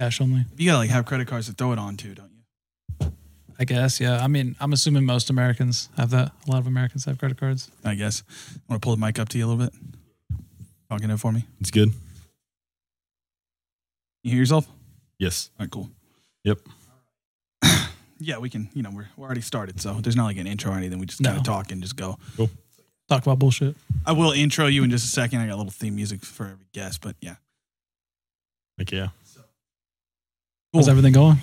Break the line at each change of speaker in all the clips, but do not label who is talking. Cash only.
You gotta like have credit cards to throw it on to, don't you?
I guess. Yeah. I mean, I'm assuming most Americans have that. A lot of Americans have credit cards.
I guess. Want to pull the mic up to you a little bit? Talking it for me.
It's good.
You hear yourself? All
Yes.
right, cool.
Yep.
Yeah, we can. You know, we're, we're already started, so there's not like an intro or anything. We just
No.
kind of talk and just go.
Talk about bullshit.
I will intro you in just a second. I got a little theme music for every guest, but yeah,
Like yeah.
How's
Cool.
everything going?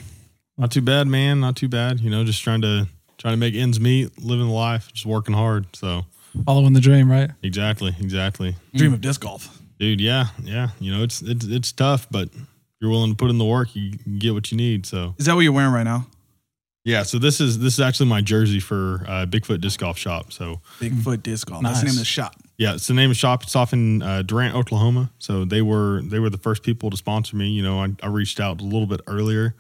Not too bad, man. Not too bad. You know, just trying to trying to make ends meet, living the life, just working hard. So
Following the dream, right?
exactly, exactly,
Mm.
dream of disc golf.
dude. Yeah, yeah. You know, it's it's it's tough, but if you're willing to put in the work, you can get what you need. So
Is that what you're wearing right now?
yeah. So this is this is actually my jersey for uh, Bigfoot Disc Golf Shop. So
Bigfoot Disc Golf. That's the
Nice.
name of the shop.
Yeah, it's the name of the shop. It's off in uh, Durant, Oklahoma. So they were they were the first people to sponsor me. You know, I, I reached out a little bit earlier.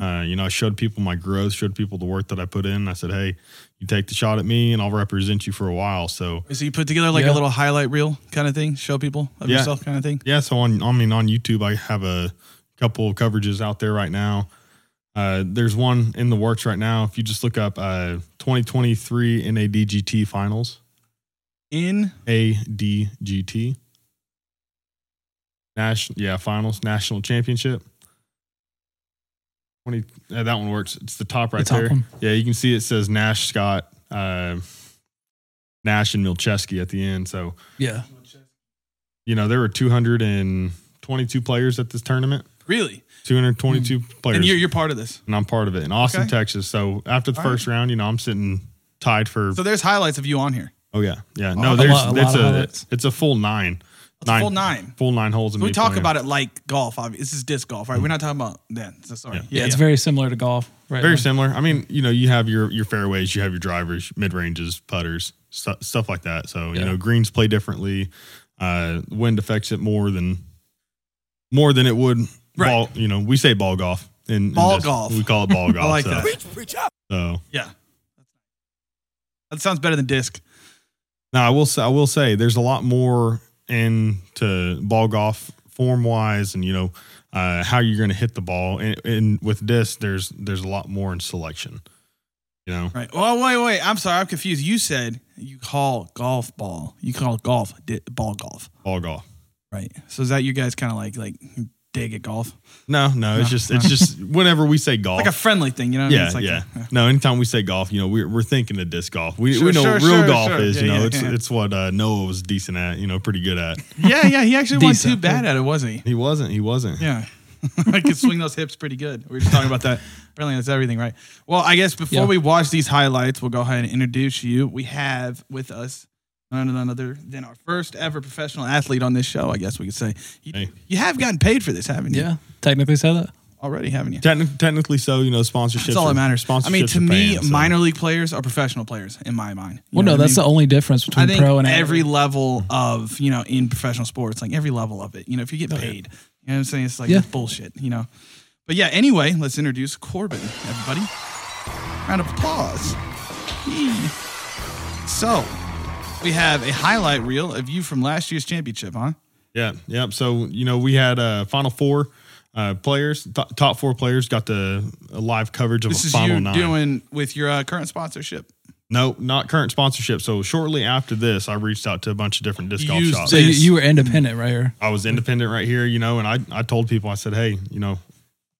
Uh, you know, I showed people my growth, showed people the work that I put in. I said, "Hey, you take the shot at me, and I'll represent you for a while." So
So you put together like
Yeah.
a little highlight reel kind of thing, show people of
Yeah.
yourself kind of thing.
yeah, so on I mean on YouTube, I have a couple of coverages out there right now. Uh, there's one in the works right now. If you just look up uh, 2023 NADGT finals,
In
ADGT. National, yeah, finals, national championship. Twenty, uh, that one works. It's the top right
the top
there.
one.
Yeah, you can see it says Nash, Scott, uh, Nash, and Milcheski at the end. So
Yeah.
you know there were two hundred and twenty-two players at this tournament.
really,
Two hundred twenty-two players,
Mm. and
and,
you're you're part of this.
I'm part of it in Austin,
Okay.
Texas. So after the
All
first round, you know I'm sitting tied for.
So there's highlights of you on here.
oh yeah, yeah.
A
No,
lot-
there's
a lot
it's
of
a
highlights.
it's a full nine.
It's a full nine.
full nine holes.
So
in
we
me
talk
playing.
about it like golf. Obviously. This is disc golf, right? We're not talking about that. So sorry.
Yeah.
Yeah. It's very similar to golf, right?
very
Like,
similar. I mean, you know, you have your your fairways, you have your drivers, mid ranges, putters, stu- stuff like that. So you
Yeah.
know, greens play differently. Uh, wind affects it more than more than it would
Right.
ball. You know, we say ball golf. In, in
Ball
this.
golf.
we call it ball golf.
like
so,
that.
So
Yeah. That sounds better than disc.
now I will say, I will say, there's a lot more into ball golf form wise, and you know uh, how you're going to hit the ball. And, and with this, there's there's a lot more in selection. You know,
Right. Well, wait, wait. I'm sorry. I'm confused. You said you call golf ball. You call golf di- ball golf.
ball golf.
Right. So is that you guys kind of like like dig at golf?
No, no, it's
No.
just it's just whenever we say golf.
Like a friendly thing, you know? what I mean?
yeah,
It's like
yeah.
a-
No, anytime we say golf, you know, we're we're thinking of disc golf. We,
Sure,
we know
sure,
what real
sure,
golf
sure.
is. you
Yeah,
know,
yeah,
it's
yeah.
it's what uh, Noah was decent at. You know, pretty good at.
yeah, yeah. He actually wasn't
Decent.
too bad at it, was he?
He wasn't. He wasn't.
Yeah. I could swing those hips pretty good. We were just talking about that. Apparently, that's everything, right? Well, I guess before
Yeah.
we watch these highlights, we'll go ahead and introduce you. We have with us none none other than our first ever professional athlete on this show, I guess we could say. You,
Hey.
you have gotten paid for this, haven't you?
Yeah. Technically said that.
Already, haven't you?
Techni- technically, so you know, sponsorship.
That's all that matters. I mean, to me, minor league players are professional players in my mind. You
Well, no,
know what I
that's
mean?
the only difference
I
between
think
pro and
every
athlete.
level of you know in professional sports, like every level of it. You know, if you get paid, you know what I'm saying. It's like
Yeah.
that's bullshit. You know, but yeah. Anyway, let's introduce Corbin, everybody. Round of applause. Yee. So we have a highlight reel of you from last year's championship, huh?
Yeah, yeah. So you know, we had uh, final four uh, players, th- top four players, got the uh, live coverage of
This
a
is
final
you
nine.
doing with your uh, current sponsorship.
no, not current sponsorship. So shortly after this, I reached out to a bunch of different disc
You
golf
used
shops.
So you,
Yes.
you were independent right here.
I was independent right here, you know, and I, I told people, I said, hey, you know,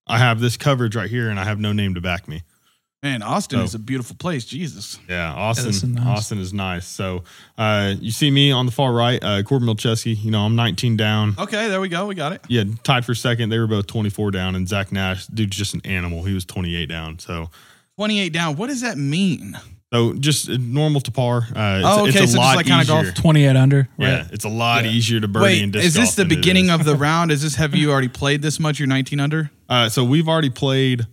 I have this coverage right here and I have no name to back me.
Man, Austin
Oh.
is a beautiful place. Jesus.
Yeah,
that's
Austin.
nice.
Austin is nice. So uh, you see me on the far right, uh, Corbin Milcheski. You know, I'm 19 down.
Okay, there we go. We got it.
Yeah, tied for second. They were both 24 down, and Zach Nash, dude's just an animal. He was 28 down. So,
28 down. What does that mean?
so just uh, normal to par. Uh, it's,
Oh, okay,
it's a
so just
lot
like kinda
easier.
golf
Twenty eight under. Right.
Yeah, it's a lot easier to birdie and
Wait,
disc
is this
golf
the
than it
beginning
is.
of the round? Is this have you already played this much? You're 19 under.
Uh, so we've already played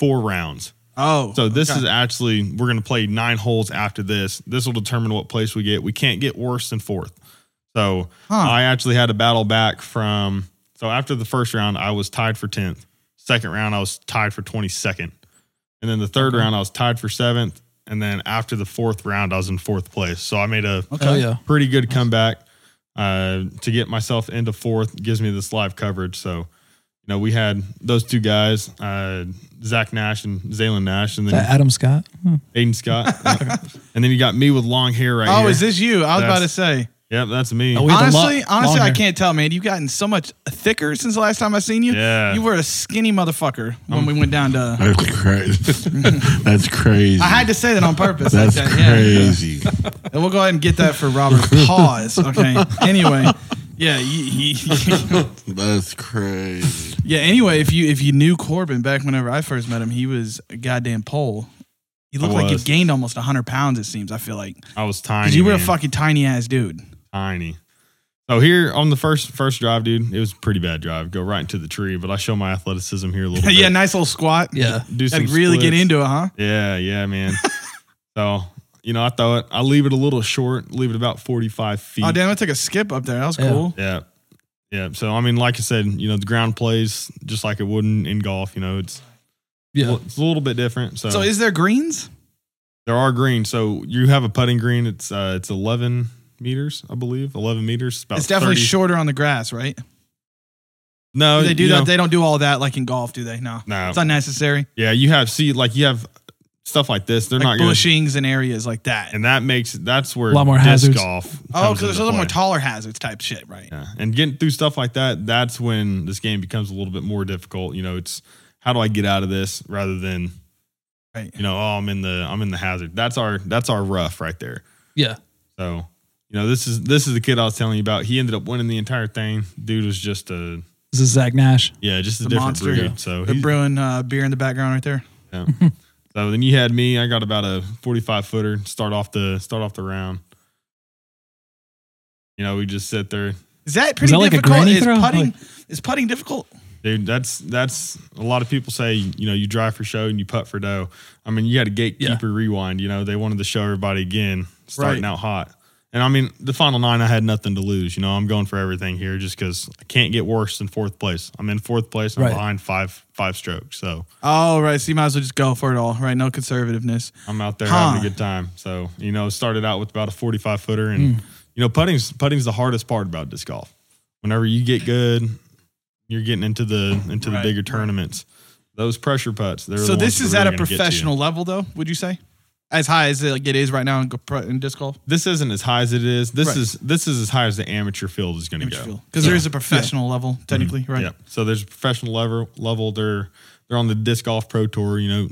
four rounds.
Oh,
So this
okay.
is actually we're going to play nine holes after this. This will determine what place we get. We can't get worse than fourth. So
Huh.
I actually had a battle back from. So after the first round, I was tied for tenth. Second round, I was tied for twenty second, and then the third round, I was tied for seventh. And then after the fourth round, I was in fourth place. So I made a
okay.
Oh yeah.
pretty good comeback uh, to get myself into fourth. Gives me this live coverage. So you know, we had those two guys, uh, Zach Nash and Zaylin Nash, and
Is that
then
Adam Scott? Hmm.
Aiden Scott, Yeah. and then you got me with long hair right
Oh,
here.
is this you? I was about
That's-
to say.
Yep, that's me.
Oh, we- have a lot-
Honestly, honestly,
long
I
hair.
can't tell, man. You've gotten so much thicker since the last time I seen you.
Yeah.
You were a skinny motherfucker when we went down to.
That's crazy. That's crazy.
I had to say that on purpose.
That's
like that, yeah.
crazy.
And we'll go ahead and get that for Robert. Pause. Okay. Anyway, yeah, you- you-
That's crazy.
yeah. Anyway, if you if you knew Corbin back whenever I first met him, he was a goddamn pole. He looked like you
was.
gained almost hundred pounds. It seems. I feel like
I was tiny.
because you were a
man.
fucking tiny ass dude.
tiny. So here on the first first drive, dude, it was a pretty bad drive. Go right into the tree, but I show my athleticism here a little bit.
yeah, nice little squat.
Yeah.
do
Had
some
to really get
splits.
into it, huh? Oh,
Yeah, yeah, man. so you know, I throw it. I leave it a little short. Leave it about forty five feet.
Oh damn! I took a skip up there. That was
Yeah.
cool.
Yeah. Yeah. So I mean, like I said, you know, the ground plays just like it would in, in golf. You know, it's
Yeah.
it's a little bit different. So,
So is there greens?
there are greens. So you have a putting green. It's uh, it's eleven meters, I believe. Eleven meters. About
It's definitely
30.
shorter on the grass, right?
No,
they do
Oh, you
that.
know,
They don't do all that like in golf, do they? No,
no.
it's unnecessary.
yeah, you have see like you have stuff like this. They're
like
not going.
bushings and areas like that.
And that makes that's where
A lot more
disc
hazards.
golf.
oh, because
comes
there's a
into
little more
play.
taller hazards type shit, right?
Yeah. And getting through stuff like that, that's when this game becomes a little bit more difficult. You know, it's how do I get out of this rather than
Right.
you know, oh, I'm in the I'm in the hazard. That's our that's our rough right there.
Yeah.
So, you know, this is this is the kid I was telling you about. He ended up winning the entire thing. Dude was just a
This is Zach Nash.
yeah, just a
The
different
monster.
breed. So
They're
he,
brewing uh, beer in the background right there.
yeah. so then you had me. I got about a 45 footer. Start off the start off the round. You know, we just sit there.
Is that pretty
that like a
difficult?
granny
is
throw?
putting is putting difficult?
Dude, that's that's a lot of people say you know you drive for show and you putt for dough. I mean, you got a gatekeeper rewind. You know, they wanted to show everybody again, starting
Right.
out hot. And I mean, the final nine, I had nothing to lose. You know, I'm going for everything here just because I can't get worse than fourth place. I'm in fourth place. I'm
Right.
behind five five strokes, so
Oh, right. So you might as well just go for it all, right? No conservativeness.
I'm out there
Huh.
having a good time. So you know, started out with about a 45 footer, and
Hmm.
you know, putting's putting's the hardest part about disc golf. Whenever you get good, you're getting into the into
Right,
the bigger
right.
tournaments. Those pressure putts. They're
So
the
this
ones
is at
that are
a
really gonna get to you.
professional level, though. Would you say, as high as it, like, it is right now in, go- pro- in disc golf?
This isn't as high as it is. This
Right.
is this is as high as the amateur field is going to go. Mm-hmm.
Because there is a professional level technically, right?
Yeah. So there's a professional level level. They're they're on the disc golf pro tour. You know.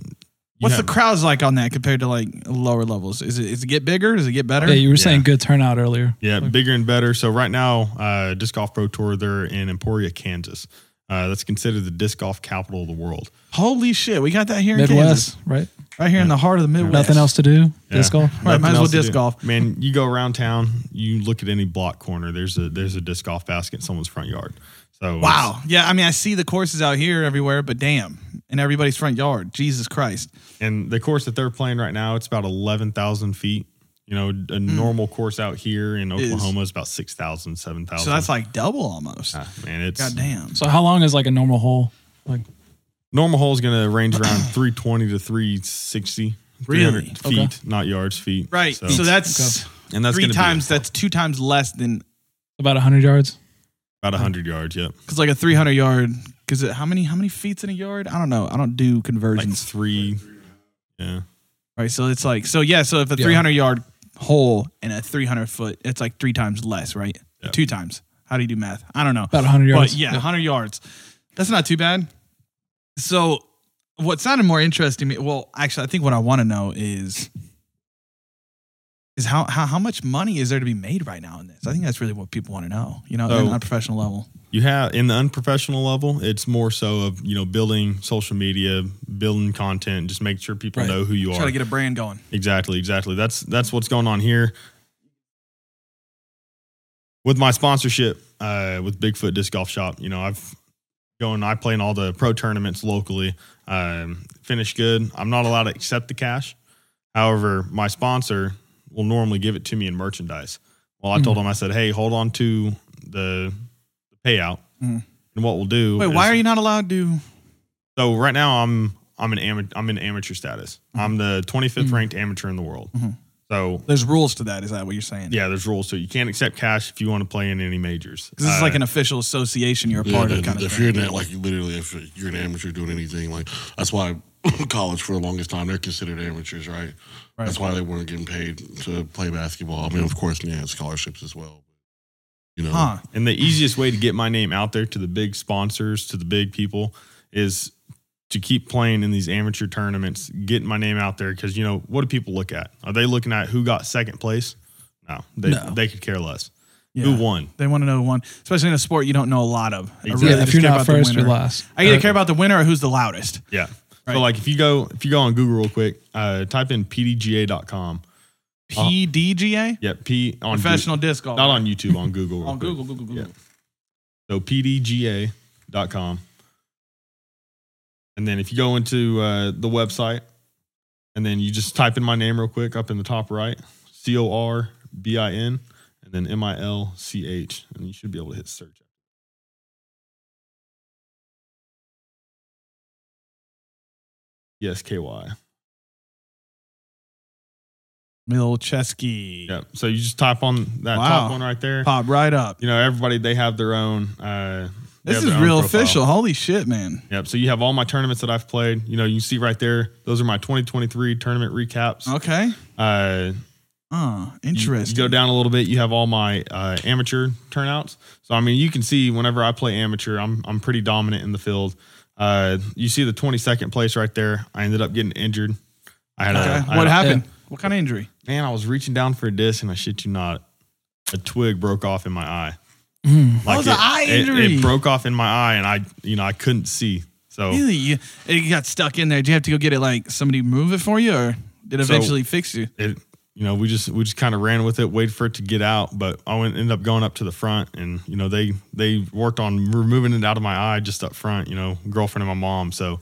You
What's
have-
the crowds like on that compared to like lower levels? Is it is it get bigger? Does it get better?
Yeah, you were saying
Yeah.
good turnout earlier.
Yeah, bigger and better. So right now, uh, Disc Golf Pro Tour, they're in Emporia, Kansas. Uh, that's considered the disc golf capital of the world.
Holy shit, we got that here in
Midwest,
Kansas,
right?
right here in the heart of the Midwest.
Nothing else to do. Disc
Yeah.
golf.
Right, might as
Nothing
well
else to
disc
do.
golf.
Man, you go around town, you look at any block corner. There's a there's a disc golf basket in someone's front yard. So
Wow. Yeah, I mean, I see the courses out here everywhere, but damn, in everybody's front yard. Jesus Christ.
it's- and the course that they're playing right now, it's about eleven thousand feet. You know, a normal course out here in
Hmm. Is-
Oklahoma is, about 6,000, 7,000.
So that's like double almost.
Ah, man, it's
God damn.
So how long is like a normal hole? Like
normal hole is going to range around 320 to 360 300
Really?
feet,
Okay.
not yards, feet.
Right. So, that's
and that's
three
gonna be
times, that's two times less than,
about hundred yards.
about 100 yards yep
because like a 300 yard, because how many, how many feet's in a yard? I don't know. I don't do
like
conversions.
three yeah
right. So it's like, so yeah, so if a
Yeah.
300 yard hole and a 300 foot, it's like three times less, right?
Yeah.
Two times. How do you do math? I don't know.
About hundred yards.
But yeah, 100 yards. That's not too bad. So, what sounded more interesting to me, well, actually, I think what I want to know is is how, how how much money is there to be made right now in this? I think that's really what people want to know, you know,
So-
on a professional level.
you have in the unprofessional level it's more so of you know building social media building content just make sure people
Right.
know who you
Try
are
to get a brand going.
exactly exactly that's that's what's going on here with my sponsorship uh, with bigfoot disc golf shop you know i've going i play in all the pro tournaments locally um, finish good i'm not allowed to accept the cash however my sponsor will normally give it to me in merchandise well i told
Hmm.
him i said hey hold on to the payout
Mhm.
and what we'll do
Wait,
is-
why are you not allowed to?
so
Mm-hmm.
right now I'm I'm an ama- I'm in amateur status. I'm the 25th ranked amateur in the world.
Mhm.
So
There's rules to that. Is that what you're saying?
yeah, there's rules. So you can't accept cash if you want to play in any majors.
Because this is like an
Uh,
official association you're a
Yeah,
part
then
of, kind of
if
thing.
you're not like literally, if you're an amateur doing anything, like that's why college for the longest time they're considered amateurs, right?
Right.
That's why they weren't getting paid to play basketball. I mean, of course, yeah, scholarships as well. You know,
Huh.
And the easiest way to get my name out there to the big sponsors, to the big people, is to keep playing in these amateur tournaments, getting my name out there. Because you know what do people look at? Are they looking at who got second place? No, they
No.
they could care less.
Yeah.
Who won?
They want to know one, especially in a sport you don't know a lot of. I
Exactly. Yeah,
just
if you're
care
not
about the
first, you're
winner.
last. Uh,
I either care about the winner or who's the loudest.
Yeah.
Right.
So like if you go if you go on Google real quick, uh, type in pdga.com.
PDGA,
Yep, P on Goo-
professional disc golf.
not on YouTube on Google. real
on
quick.
Google, Google, Google.
Yeah. So pdga.com. And then if you go into uh, the website and then you just type in my name real quick up in the top right, C O R B I N and then M I L C H, and you should be able to hit search. Yes, KY.
Milcheski.
Yep. So you just type on that
Wow.
top one right there.
Pop right up.
You know, everybody they have their own. Uh, they
This
have
is
their own
real
profile.
official. Holy shit, man.
Yep. So you have all my tournaments that I've played. You know, you see right there. Those are my 2023 tournament recaps.
Okay.
Uh,
Uh, Oh.
you,
interesting.
you go down a little bit. You have all my uh, amateur turnouts. So I mean, you can see whenever I play amateur, I'm I'm pretty dominant in the field. Uh, you see the 22nd place right there. I ended up getting injured. I had
Okay.
a uh, I had
what
a-
happened? What kind of injury?
man. I was reaching down for a disc, and I shit you not, a twig broke off in my eye. Like
Hmm. was an eye
It,
injury.
broke off in my eye, and I you know I couldn't see. So
Really? You- It got stuck in there. Did you have to go get it like somebody move it for you or did it
So-
eventually fix you?
it you know we just we just kind of ran with it waited for it to get out but i went ended up going up to the front and you know they they worked on removing it out of my eye just up front you know girlfriend and my mom so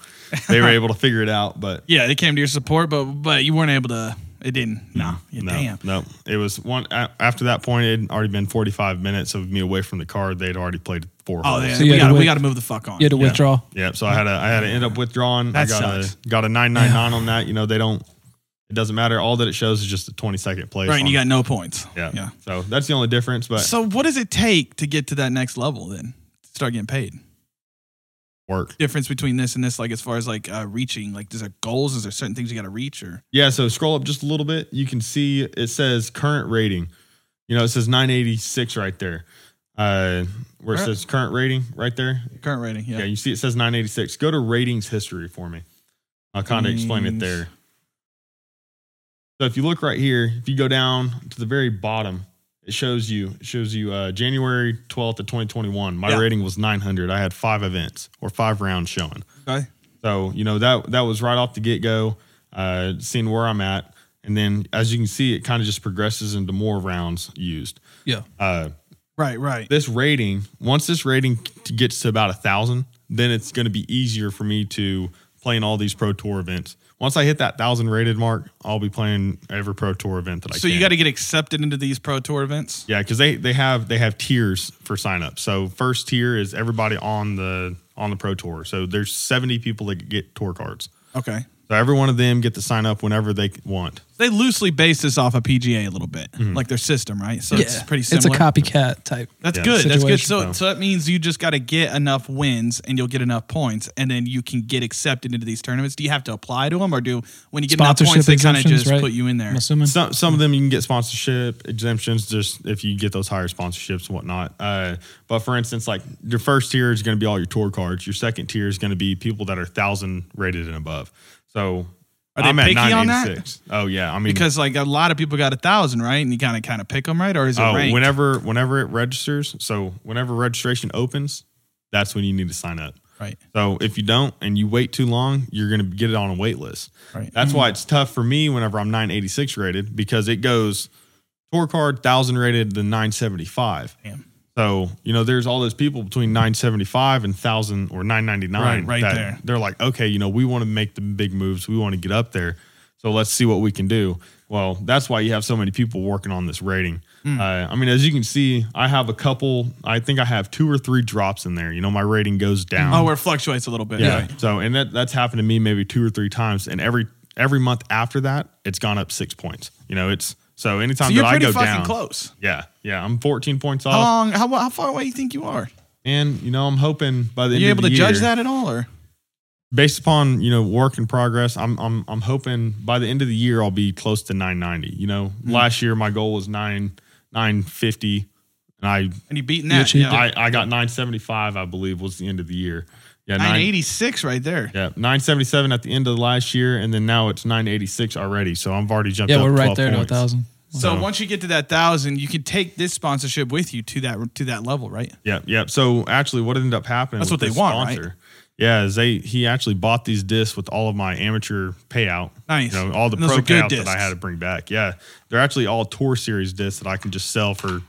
they were able to figure it out but
Yeah, they came to your support, but but you weren't able to. It didn't. No. Yeah,
no
Damn.
no it was one a- after that point it had already been 45 minutes of me away from the car they'd already played four
Oh,
holes.
yeah.
So you
we
had to
got we
wait-
got to move the fuck on.
You had to
Yeah.
withdraw.
Yeah, so I had a I had to end up withdrawing.
That
I got
sucks.
a got a nine nine nine on that. You know they don't. It doesn't matter. All that it shows is just the twenty second place.
right, and you
on-
got no points.
yeah.
Yeah.
So that's the only difference. But
So what does it take to get to that next level then? To start getting paid.
work.
Difference between this and this, like as far as like uh, reaching, like is there goals? Is there certain things you got to reach or?
Yeah, so scroll up just a little bit. You can see it says current rating. You know, it says 986 right there. Uh, where it
Alright.
says current rating right there.
Current rating, yeah.
Yeah. you see it says 986. Go to ratings history for me. I'll kind of explain it
Ratings.
there. So if you look right here, if you go down to the very bottom, it shows you it shows you uh, January 12th of 2021. My
Yeah.
rating was 900. I had 5 events or 5 rounds showing.
Okay.
So you know that that was right off the get go, uh, seeing where I'm at, and then as you can see, it kind of just progresses into more rounds used.
Yeah.
Uh,
Right, right.
this rating, once this rating t- gets to about a thousand, then it's going to be easier for me to play in all these pro tour events. Once I hit that thousand rated mark, I'll be playing every pro tour event that I.
So
can.
you got to get accepted into these pro tour events.
Yeah, because they they have they have tiers for sign up. So first tier is everybody on the on the pro tour. So there's 70 people that get tour cards.
Okay.
So every one of them get to sign up whenever they want.
They loosely base this off of PGA a little bit,
Mm-hmm.
like their system, right? So it's pretty similar.
It's a copycat type.
That's
Yeah.
good. That's good.
situation.
So, so that means you just got to get enough wins and you'll get enough points, and then you can get accepted into these tournaments. Do you have to apply to them, or do when you get enough
Sponsorship
points, they kind of
exemptions,
just
right?
put you in there?
I'm assuming.
Some some of them you can get sponsorship exemptions just if you get those higher sponsorships and whatnot. Uh, but for instance, like your first tier is going to be all your tour cards. Your second tier is going to be people that are thousand rated and above. So
Are they
I'm at
picky on that?
986. Oh yeah, I mean
Because like a lot of people got a thousand, right? And you kind of kind of pick them, right? Or is it
oh,
ranked?
whenever whenever it registers. So whenever registration opens, that's when you need to sign up.
right,
So if you don't and you wait too long, you're going to get it on a wait list.
right.
That's why it's tough for me whenever I'm 986 rated because it goes tour card 1000 rated to 975.
Damn.
So, you know, there's all those people between 975 and 1000 or 999
Right, right
that
there.
they're like, "Okay, you know, we want to make the big moves. We want to get up there. So let's see what we can do." Well, that's why you have so many people working on this rating.
Hmm.
Uh, I mean, as you can see, I have a couple. I think I have two or three drops in there. You know, my rating goes down.
Oh, where it fluctuates a little bit.
Yeah.
Right.
So and that that's happened to me maybe two or three times, and every every month after that, it's gone up six points. You know, it's so anytime
So you're
that I
pretty
go
fucking
down,
close.
yeah, yeah, I'm 14 points
How
off,
long? How, how far away you think you are?
and you know, I'm hoping by
Are
the end
you
of
able
the
to judge
year-
that at all, or
based upon you know work in progress i'm i'm i'm hoping by the end of the year i'll be close to 990 you know
Hmm.
last year my goal was 9 950 and i
and you beating that?
achieved
yeah.
i i got 975 i believe was the end of the year yeah nine-
986 right there.
yeah 977 at the end of last year and then now it's 986 already so i've already jumped
Yeah,
up
we're right
12
there
points.
to a thousand.
So
Wow.
once you get to that thousand, you could take this sponsorship with you to that to that level, right?
Yeah, yeah. So actually, what ended up happening?
That's
with
what they
this
want, right?
Yeah, is they he actually bought these discs with all of my amateur payout.
Nice.
You know, all the
And those
pro
are good
payouts that I
discs.
had to bring back. Yeah, they're actually all tour series discs that I can just sell for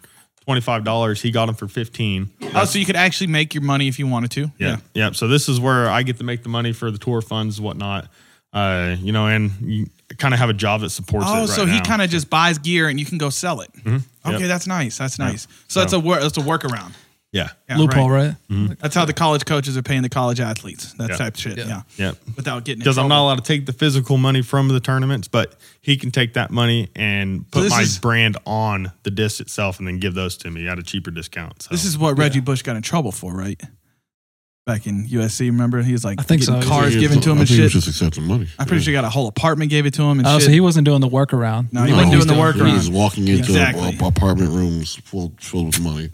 twenty five dollars. He got them for fifteen.
Oh, so you could actually make your money if you wanted to.
Yeah. yeah. So this is where I get to make the money for the tour funds, whatnot. Uh, you know, and you kind of have a job that supports it.
Oh,
right
so he
now. Mm-hmm.
kind of just buys gear and you can go sell it. Okay,
Yep.
that's nice. That's nice. So that's a wor- that's a workaround.
yeah.
Yeah,
Loophole,
right.
right?
That's how the college coaches are paying the college athletes. That
Yeah.
type of shit. Yeah.
Yeah.
Yeah.
Without getting in
Because I'm
trouble.
not allowed to take the physical money from the tournaments, but he can take that money and put
this
my
is-
brand on the disc itself and then give those to me at a cheaper discount. So
This is what Reggie Bush got in trouble for, right? Back in USC, remember? He was like
I think
getting
so.
cars
Yeah,
given
so
to him
I
and
think he was
shit.
just accepting money.
I'm pretty sure he got a whole apartment gave it to him and
Oh,
shit.
so he wasn't doing the workaround.
no, he wasn't doing the
He was
workaround.
walking into
Exactly.
ap- apartment rooms full filled with money.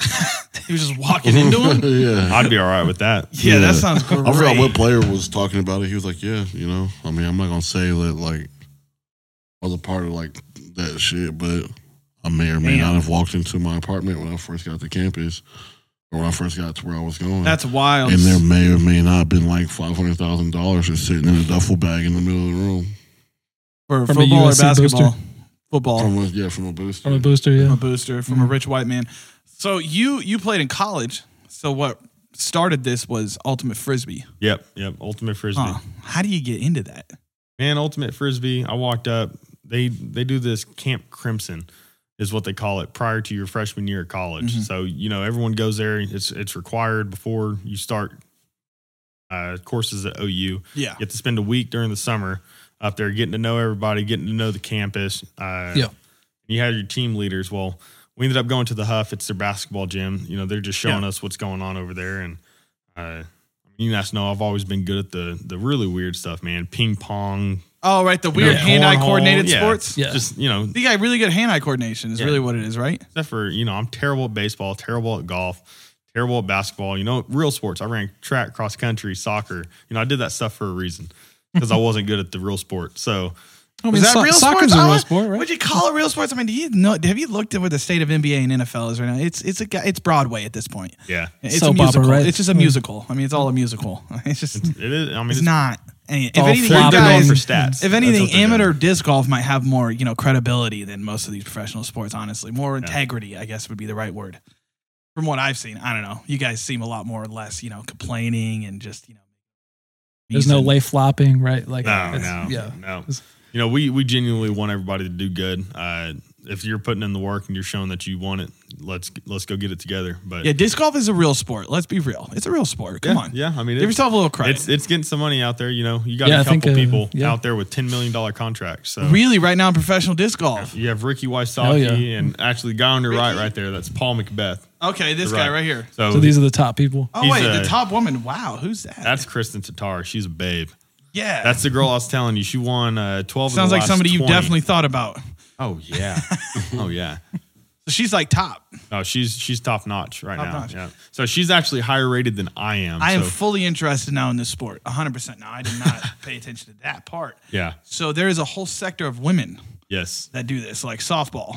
He was just walking into him.
yeah.
I'd be all right with that.
Yeah, that sounds great.
I forgot what player was talking about it. He was like, "Yeah, you know, I mean, I'm not gonna say that like I was a part of like that shit, but I may or may
Damn.
not have walked into my apartment when I first got to campus or when I first got to where I was going.
That's wild.
and there may or may not have been like five hundred thousand dollars just sitting in a duffel bag in the middle of the room.
for
From a
football or
USC booster?
basketball. Football.
From a, yeah, from a booster.
From a booster,
from
yeah.
a booster from a rich white man. So you you played in college. So what started this was ultimate frisbee.
Yep. Yep. Ultimate Frisbee.
Huh. How do you get into that?
Man, Ultimate Frisbee. I walked up. They they do this Camp Crimson is what they call it prior to your freshman year of college.
Mhm.
So, you know, everyone goes there. It's it's required before you start uh, courses at OU.
Yeah.
get to spend a week during the summer up there getting to know everybody getting to know the campus uh,
Yeah.
you had your team leaders well we ended up going to the huff it's their basketball gym you know they're just showing
Yeah.
us what's going on over there and uh, you guys know i've always been good at the the really weird stuff man ping pong
Oh, right. The weird
Yeah.
hand-eye
cornhole,
coordinated
yeah,
sports.
Yeah.
just you know
You got really good hand-eye coordination. Is
Yeah.
really what it is, right?
except for you know i'm terrible at baseball terrible at golf terrible at basketball you know real sports i ran track cross country soccer you know i did that stuff for a reason because i wasn't good at the real sport so
I mean,
Oh, Is that
so-
real
soccer's
sports?
a
Uh,
real sport, right?
Would you call it real sports? I mean, do you know? Have you looked at where the state of NBA and NFL is right now? It's it's a guy- it's Broadway at this point.
yeah
It's a
Soap opera,
musical.
right?
It's just a musical. I mean, it's all a musical. It's just it's,
It is. I mean,
not. Any, if
all
anything,
flop
you
and-
they're going
guys-
for stats.
If
That's
anything,
what they're
amateur
doing.
disc golf might have more, you know, credibility than most of these professional sports. Honestly, more integrity, I guess, would be the right word. From what I've seen, I don't know. You guys seem a lot more or less, you know, complaining and just, you know,
There's no
reason.
lay flopping, right? Like,
No,
it's-
no,
yeah.
no. You know, we we genuinely want everybody to do good. Uh, if you're putting in the work and you're showing that you want it, let's let's go get it together. But
Yeah, disc golf is a real sport. Let's be real. It's a real sport. Come
yeah,
on,
yeah. I mean,
give
it's,
yourself a little credit.
it's it's getting some money out there. You know, you got
Yeah,
a
I
couple
think, uh,
people
yeah.
out there with ten million dollar contracts. So
really right now in professional disc golf.
you have Ricky
Oh,
Wysocki
yeah.
and actually the guy on your right,
Ricky?
right there. That's Paul Macbeth.
Okay, this
Right.
guy right here.
So,
So these are the top people.
Oh
He's
wait, the
a-
top woman. Wow, who's that?
that's Kristen Tatar. She's a babe.
yeah.
That's the girl I was telling you. She won uh, twelve. of the
sounds like
last
somebody you
20.
definitely thought about.
Oh yeah. oh yeah.
So she's like top.
No, she's she's top notch right
Top
now.
notch.
Yeah. So she's actually higher rated than I am.
I am
so-
fully interested now in this sport, 100%. Now, I did not pay attention to that part.
yeah.
So there is a whole sector of women
Yes. Mm-hmm.
that do this, like softball.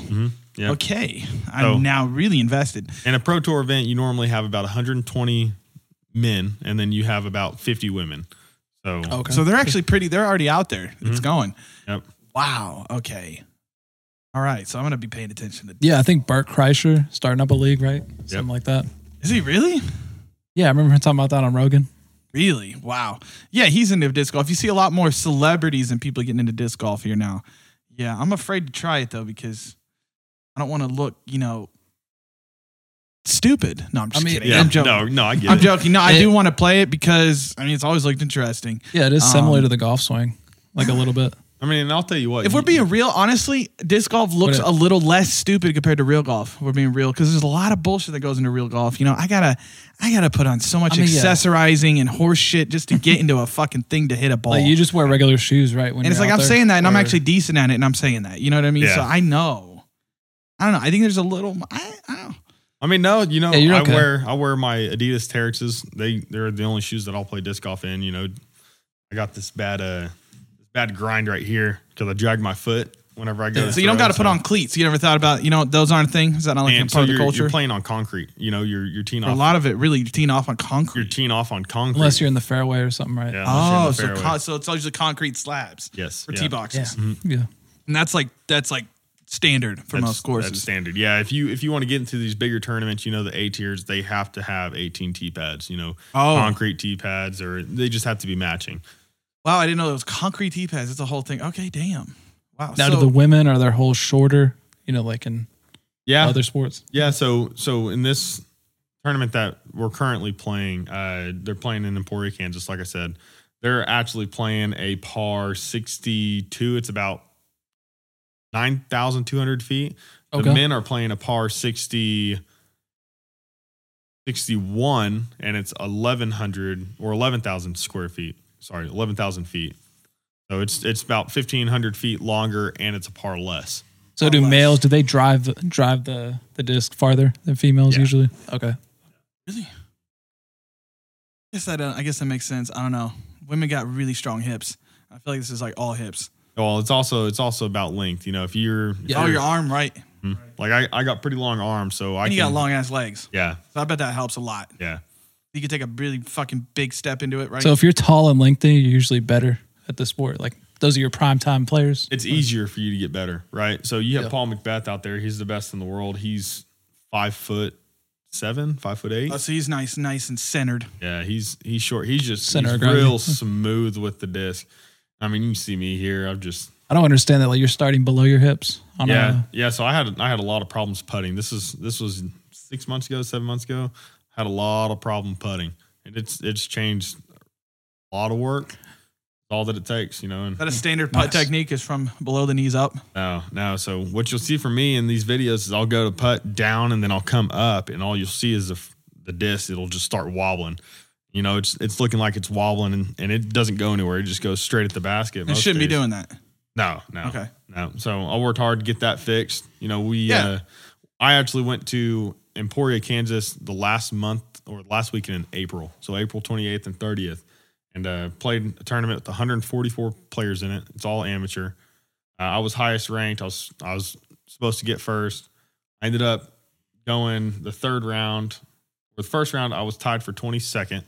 Yeah. Oh.
Okay, I'm
So-
now really invested.
In a pro tour event, you normally have about 120 men, and then you have about 50 women. So
Oh, Okay.
So they're actually pretty. They're already out there. It's going.
Mm-hmm. yep.
Wow. Okay. All right. So I'm gonna be paying attention to.
yeah, I think Bart Kreischer starting up a league, right? Something like that.
Is he really?
Yeah, I remember him talking about that on Rogan.
Really? Wow. Yeah, he's into disc golf. You see a lot more celebrities and people getting into disc golf here now. Yeah, I'm afraid to try it though because I don't want to look, you know, stupid. No, I'm
I
just
mean,
kidding.
Yeah.
I'm joking.
No, no, I get
I'm
it.
joking. No, I
It-
do want to play it because I mean it's always looked interesting.
Yeah, it is similar
Um,
to the golf swing, like a little bit.
I mean, and I'll tell you what.
If we're
you-
being real, honestly, disc golf looks
What
a little less stupid compared to real golf. If we're being real because there's a lot of bullshit that goes into real golf. You know, I gotta, I gotta put on so much
I mean, yeah.
accessorizing and horse shit just to get into a fucking thing to hit a ball.
Like you just wear regular shoes, right? When
Oh. and it's
you're
like
out
I'm
there?
saying that, and I'm
Or-
actually decent at it, and I'm saying that. You know what I mean?
Yeah.
So I know. I don't know. I think there's a little. I, I don't know.
I mean, no, you know,
Yeah, you're
I
okay.
wear I wear my Adidas Terexes. They they're the only shoes that I'll play disc golf in. You know, I got this bad uh bad grind right here because I drag my foot whenever I go. to
So you don't
throw,
got to put on cleats. You never thought about you know those aren't a thing. Is that not like
and so
part of the
you're,
culture?
you're playing on concrete. You know, you're you're teeing
a
off.
lot of it really teeing off on
You're
concrete.
teeing off on concrete.
unless you're in the fairway or something, right?
yeah,
Oh,
unless you're
so
in the fairway.
con- so it's usually concrete slabs
yes,
for
yeah.
tee boxes.
Yeah.
Mm-hmm.
yeah.
and that's like that's like standard for
That's-
most courses.
That's standard. Yeah, if you if you want to get into these bigger tournaments, you know the A tiers they have to have 18 tee pads. You know,
Oh.
concrete tee pads, or they just have to be matching.
wow, I didn't know those concrete tee pads. It's a whole thing. Okay, damn. Wow.
Now,
so,
do the women are their whole shorter? You know, like in
Yeah,
other sports.
Yeah, so so in this tournament that we're currently playing, uh, they're playing in Emporia, Kansas. Like I said, they're actually playing a par sixty-two. It's about nine thousand two hundred feet.
Okay.
The men are playing a par 60, 61, and it's eleven hundred or eleven thousand square feet. Sorry, eleven thousand feet. So it's it's about fifteen hundred feet longer, and it's a par less.
So do
Unless-
males? Do they drive the- drive the the disc farther than females
Yeah.
usually? Okay.
really? I guess that uh, I guess that makes sense. I don't know. Women got really strong hips. I feel like this is like all hips.
Well, it's also it's also about length. You know, if you're if
Yeah.
Oh,
you're-
your arm, right?
Mhm. Like I, I got pretty long arms, so I
And
can,
you got long ass legs.
Yeah,
So I bet that helps a lot.
yeah.
You can take a really fucking big step into it, right?
So if you're tall and lengthy, you're usually better at the sport. Like those are your prime time players.
It's easier for you to get better, right? So you have
Yeah.
Paul McBeth out there. He's the best in the world. He's five foot seven, five foot eight.
oh, so he's nice, nice and centered.
yeah, he's he's short. He's just
Center
he's
of gravity.
real smooth with the disc. I mean, you see me here. I've just
I don't understand that. Like you're starting below your hips. On
yeah
A,
yeah. So I had I had a lot of problems putting. This is this was six months ago, seven months ago. Had a lot of problem putting, and it's it's changed a lot of work. All that it takes, you know. And
That a standard putt
Hmm. Nice.
technique is from below the knees up.
No, no. So what you'll see from me in these videos is I'll go to putt down and then I'll come up and all you'll see is the, the disc. It'll just start wobbling. You know, it's it's looking like it's wobbling and, and it doesn't go anywhere. It just goes straight at the basket.
You
most
shouldn't be
days.
doing that.
No, no.
Okay.
No. So I worked hard to get that fixed. You know, we
Yeah.
uh I actually went to Emporia, Kansas the last month or last weekend in April. So April 28th and 30th and uh played a tournament with 144 players in it. It's all amateur. Uh, I was highest ranked. I was I was supposed to get first. I ended up going the third round. For the first round, I was tied for 22nd.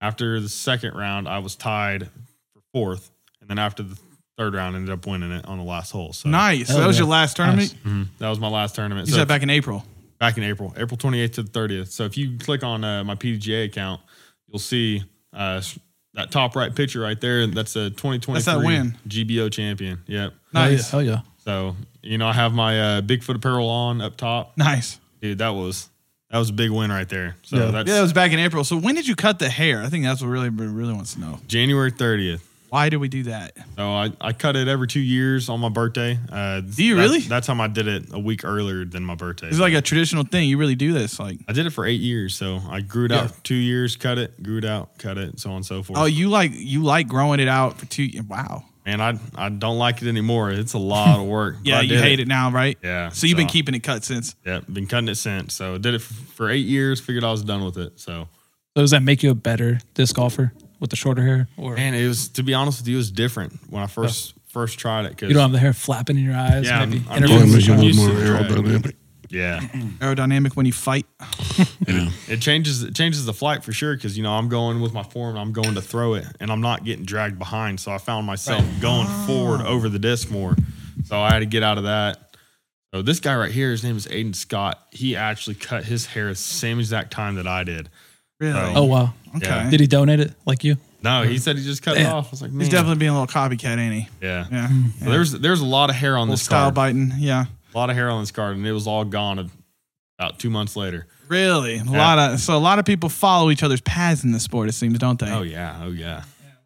After the second round, I was tied for fourth, and then after the third round, ended up winning it on the last hole. So
Nice. So
Hell
that was
yeah.
your last tournament.
Nice.
Mhm. that was my last tournament.
You
So
said back in April.
back in April, April 28th to the 30th. So if you click on uh, my PDGA account, you'll see uh, s- that top right picture right there. That's a 2023
win.
GBO champion. Yep.
Nice.
Hell yeah.
So you know, I have my uh, Bigfoot apparel on up top,
Nice.
dude. That was that was a big win right there. So
Yeah.
that's
Yeah, it was back in April. So when did you cut the hair? I think that's what really really wants to know.
January 30th.
Why did we do that?
So I, I cut it every two years on my birthday. Uh, do
you really?
That time I did it a week earlier than my birthday.
It's like a traditional thing. You really do this, like
I did it for eight years, so I grew it out two years, cut it, grew it out, cut it, so on and so forth.
oh, you like you like growing it out for two. Wow.
and I I don't like it anymore. It's a lot of work.
Yeah, you hate it. now, right?
Yeah.
So you've been
so-
keeping it cut since.
Yeah, been cutting it since. So did it f- for eight years. Figured I was done with it. So
So does that make you a better disc golfer with the shorter hair, or
man, it was to be honest with you, it was different when I first first tried it. Cause,
you don't have the hair flapping in your eyes?
Yeah,
maybe
I'm- I'm
Yeah,
interference
used
make
with
it a
the
I'm
shot?
little
used to the
more
drag.
aerodynamic.
yeah,
Aerodynamic when you fight.
Yeah.
it changes it changes the flight for sure because you know I'm going with my form, I'm going to throw it, and I'm not getting dragged behind. So I found myself going
Oh.
forward over the disc more. So I had to get out of that. So this guy right here, his name is Aiden Scott. He actually cut his hair the same exact time that I did.
Really?
Oh wow.
okay.
yeah.
Did he donate it like you?
No, he said he just cut it
Yeah.
off. I was like, man,
He's definitely being a little copycat, ain't he?
yeah.
Yeah.
So there's there's a lot of hair on
Little
this
style
card.
biting. Yeah.
a lot of hair on this card, and it was all gone about two months later.
Really? A lot of so a lot of people follow each other's paths in this sport, it seems, don't they?
Oh yeah, oh yeah.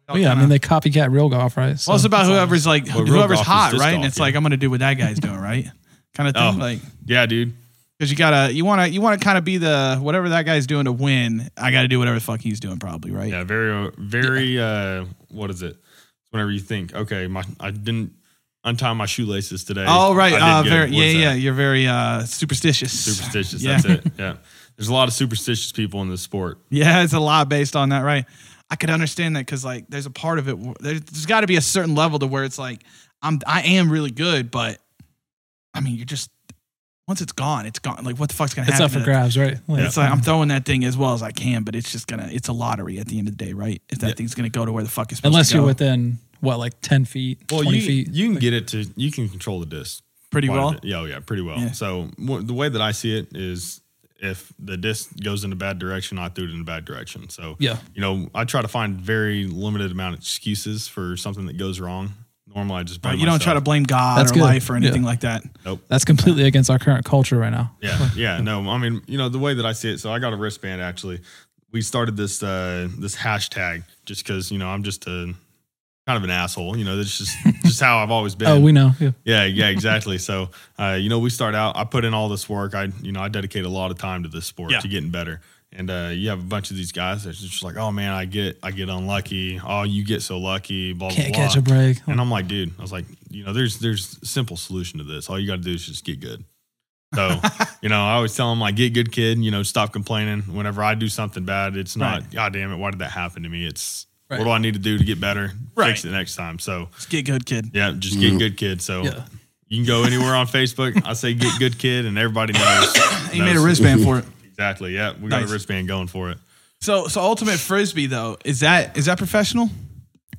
Oh yeah, I mean they copycat real golf, right? So
well, it's about
all-
whoever's like
Well, real
whoever's
golf is
hot,
disc
right? and
golf,
it's
yeah.
like I'm gonna do what that guy's doing, right? Kind of thing,
Oh.
like
Yeah, dude.
because you gotta you wanna you wanna kind of be the whatever that guy's doing to win. I gotta do whatever the fuck he's doing, probably, right?
Yeah, very, very. Uh, what is it? Whenever you think, okay, my I didn't untie my shoelaces today.
Oh right,
I
uh,
did good.
very,
What
yeah,
is
yeah.
that?
You're very uh, superstitious.
Superstitious.
Yeah.
That's it. Yeah. There's a lot of superstitious people in this sport.
Yeah, it's a lot based on that, right? I could understand that because like there's a part of it. wh- There's, there's got to be a certain level to where it's like I'm I am really good, but I mean you're just once it's gone, it's gone. Like what the fuck's gonna
it's
happen?
up for
to that-
grabs, right? Mm-hmm. Like,
It's like I'm throwing that thing as well as I can, but it's just gonna it's a lottery at the end of the day, right? If that
Yeah.
thing's gonna go to where the fuck it's supposed
unless
to go,
you're within what, like ten feet,
Well,
twenty
you
feet.
you can get it to you can control the disc
pretty
quite a
well.
bit. Yeah, oh, yeah, pretty well.
Yeah.
So wh- the way that I see it is, if the disc goes in a bad direction, I threw it in a bad direction. So
Yeah.
you know, I try to find very limited amount of excuses for something that goes wrong. Normally, I just blame
Right? You don't try to
myself.
blame God
That's
or
good.
life or anything
Yeah.
like that.
That's completely against our current culture right now.
Yeah, yeah, no. I mean, you know, the way that I see it. So I got a wristband actually. We started this uh this hashtag just because you know I'm just a kind of an asshole. You know, that's just just how I've always been.
Oh, we know. Yeah.
Yeah, yeah, exactly. so, uh, you know, we start out. I put in all this work. I, you know, I dedicate a lot of time to this sport
Yeah.
to getting better. And uh, you have a bunch of these guys that's just like, oh man, I get, I get unlucky. Oh, you get so lucky. Blah
Can't
blah. blah.
catch a break.
And I'm like, dude, I was like, you know, there's there's a simple solution to this. All you got to do is just get good. So, you know, I always tell them like, get good, kid. You know, stop complaining. Whenever I do something bad, it's not, god damn it, why did that happen to me? It's
Right.
what do I need to do to get better?
Right.
Fix it next time. So,
Just get good, kid.
yeah, just get
Yeah.
good, kid. So.
Yeah.
You can go anywhere on Facebook. I say get good kid, and everybody knows.
He made a
knows.
wristband for it.
Exactly. Yeah, we got
Nice.
a wristband going for it.
So so ultimate frisbee though is that is that professional?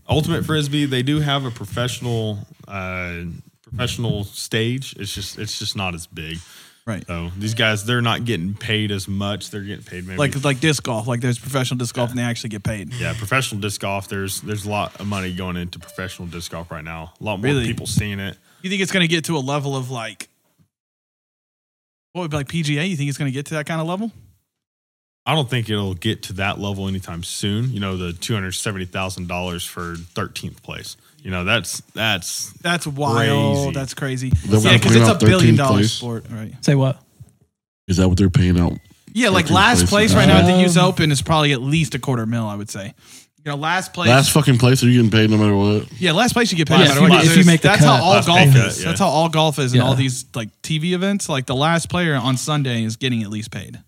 Ultimate frisbee. They do have a professional, uh, professional stage. It's just, it's just not as big.
Right.
So these guys, they're not getting paid as much. They're getting paid maybe
like like disc golf. Like there's professional disc golf and they actually get paid.
yeah, professional disc golf. There's there's a lot of money going into professional disc golf right now. A lot more
Really?
people seeing it.
You think it's going to get to a level of like what would be like PGA? You think it's going to get to that kind of level?
I don't think it'll get to that level anytime soon. You know, the two hundred seventy thousand dollars for thirteenth place. You know, that's that's
That's wild.
Crazy.
That's crazy.
They're
yeah, because
putting
it's a
out
billion
13th
dollar
place.
sport, right?
Say what?
Is that what they're paying out?
Yeah, like
13th
last place
place.
right now at
Uh-huh.
the
Um,
U.S. Open is probably at least a quarter mil, I would say. You know, last place.
Last fucking place, are you getting paid no matter what?
yeah, last place you get paid.
Yeah,
no
if
matter
you-
what.
if you
There's-
make the
that's how
cut.
all
Last
golf
pay
is.
cut, yeah.
That's how all golf is in all
Yeah.
these like TV events. Like the last player on Sunday is getting at least paid.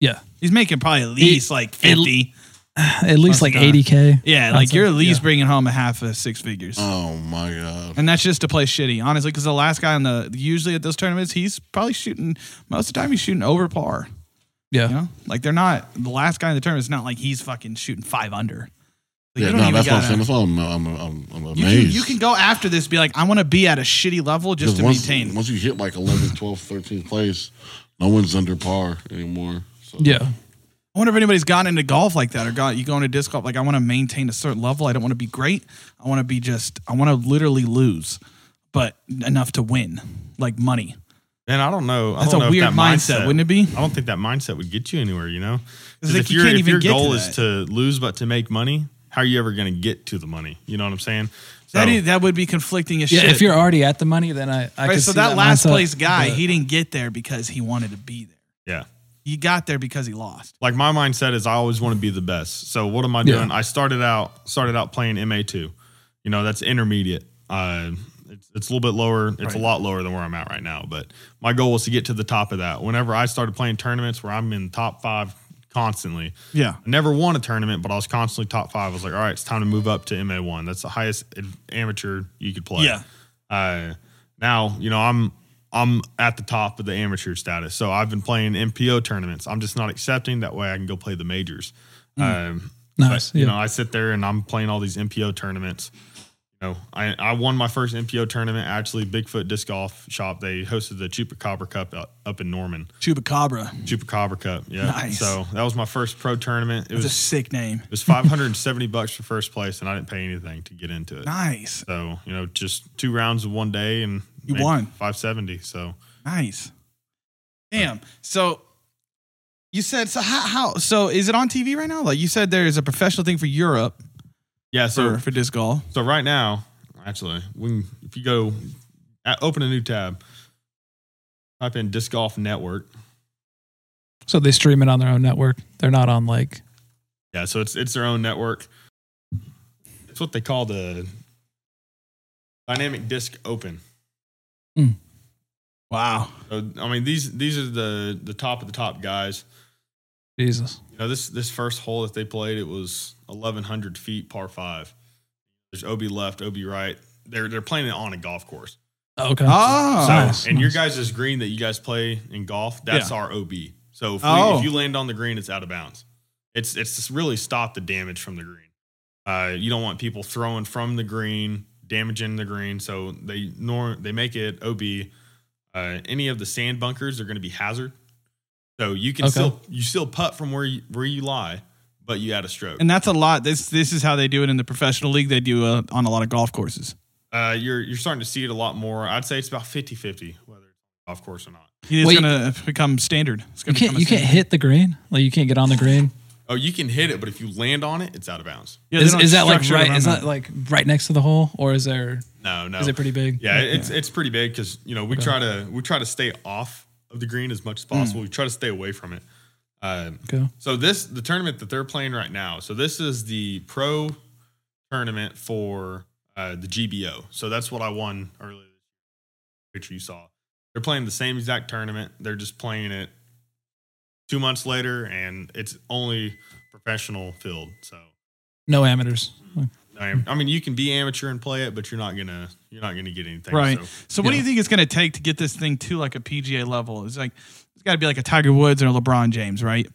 Yeah.
He's making probably at least like fifty.
At least like
Must've
eighty k.
Yeah,
That's
like you're
a-
at least
yeah.
bringing home a half of six figures.
Oh my god.
and that's just to play shitty, honestly, because the last guy on the usually at those tournaments, he's probably shooting most of the time he's shooting over par.
Yeah.
You know? Like they're not the last guy in the tournament's not like he's fucking shooting five under. Like,
yeah,
you don't
no,
even
that's what I'm
gotta-
saying. That's why I'm, I'm, I'm, I'm amazed.
you can, you can go after this, be like, I want to be at a shitty level just
'Cause
to
once,
maintain.
Once you hit like 11th, 12th, 13th place, no one's under par anymore. So.
Yeah.
I wonder if anybody's gotten into golf like that or got you going to disc golf. Like, I want to maintain a certain level. I don't want to be great. I want to be just, I want to literally lose, but enough to win, like money.
And I don't know. I
That's
don't
a
know if
weird
that
mindset, wouldn't it be?
I don't think that mindset would get you anywhere. You know,
'Cause,
'Cause
like,
if,
you
your
can't
if
even
your
get to
goal is
that.
to lose but to make money, how are you ever going to get to the money? You know what I'm saying? So,
That is, that would be conflicting as
Yeah.
shit.
If you're already at the money, then I. I
right,
could
so
see
that, last
mindset,
place guy,
but-
he didn't get there because he wanted to be there.
yeah.
He got there because he lost.
Like my mindset is I always want to be the best. So what am I
Yeah.
doing? I started out started out playing MA2. You know, that's intermediate. Uh, it's, it's a little bit lower. It's a
Right.
lot lower than where I'm at right now. But my goal was to get to the top of that. Whenever I started playing tournaments where I'm in top five constantly,
Yeah.
I never won a tournament, but I was constantly top five. I was like, all right, it's time to move up to MA1. That's the highest ad- amateur you could play.
Yeah.
Uh, now, you know, I'm I'm at the top of the amateur status. So I've been playing MPO tournaments. I'm just not accepting that way I can go play the majors.
Mm.
Um,
Nice.
but, you
yeah.
know, I sit there and I'm playing all these MPO tournaments. You know, I, I won my first MPO tournament actually Bigfoot Disc Golf Shop. They hosted the Chupacabra Cup up, up in Norman.
Chupacabra.
Chupacabra Cup. Yeah.
Nice.
So that was my first pro tournament. It
It's a
was
sick name.
it was 570 bucks for first place, and I didn't pay anything to get into it.
Nice.
So you know, just two rounds of one day, and
You
made
won.
570. So
Nice. Damn. So you said so how, how so is it on TV right now? Like you said there is a professional thing for Europe.
Yeah. So
for, for disc golf.
so right now, actually, when if you go uh, open a new tab, type in disc golf network.
So they stream it on their own network. They're not on like
Yeah, so it's it's their own network. It's what they call the dynamic disc open.
Wow.
So I mean these these are the the top of the top guys.
Jesus.
You know this this first hole that they played it was 1100 feet par 5. There's OB left, OB right. They're they're playing it on a golf course.
Oh, okay.
Oh,
So,
Nice,
and your
nice.
guys' green that you guys play in golf, that's our OB. So if, we,
Oh.
if you land on the green, it's out of bounds. It's it's just really stop the damage from the green. Uh, you don't want people throwing from the green, damaging the green. So they nor they make it OB. Uh, any of the sand bunkers are going to be hazard. So you can
Okay.
still you still putt from where you, where you lie, but you add a stroke.
and that's a lot. This this is how they do it in the professional league. They do uh, on a lot of golf courses.
Uh, you're you're starting to see it a lot more. I'd say it's about 50-50 whether it's off course or not.
It's
Wait.
going to become standard. It's
You
going to
can't
become. a
you can't
standard.
hit the green. Like you can't get on the green.
Oh, you can hit it, but if you land on it, it's out of bounds.
Yeah, they
is
don't
is that like
structure it
right
around
is that like right next to the hole or is there
No, no.
is it pretty big?
Yeah, it's it's pretty big because you know we try to we try to stay off of the green as much
Hmm.
as possible. We try to stay away from it. Uh,
Okay.
so this the tournament that they're playing right now. So this is the pro tournament for uh, the GBO. So that's what I won earlier. this year. Picture you saw. They're playing the same exact tournament. They're just playing it two months later, and it's only professional field. So
No amateurs.
I, am- I mean, you can be amateur and play it, but you're not gonna you're not gonna get anything.
Right.
So,
So what do
Yeah.
you think it's going to take to get this thing to like a PGA level? It's like it's got to be like a Tiger Woods or a LeBron James, right?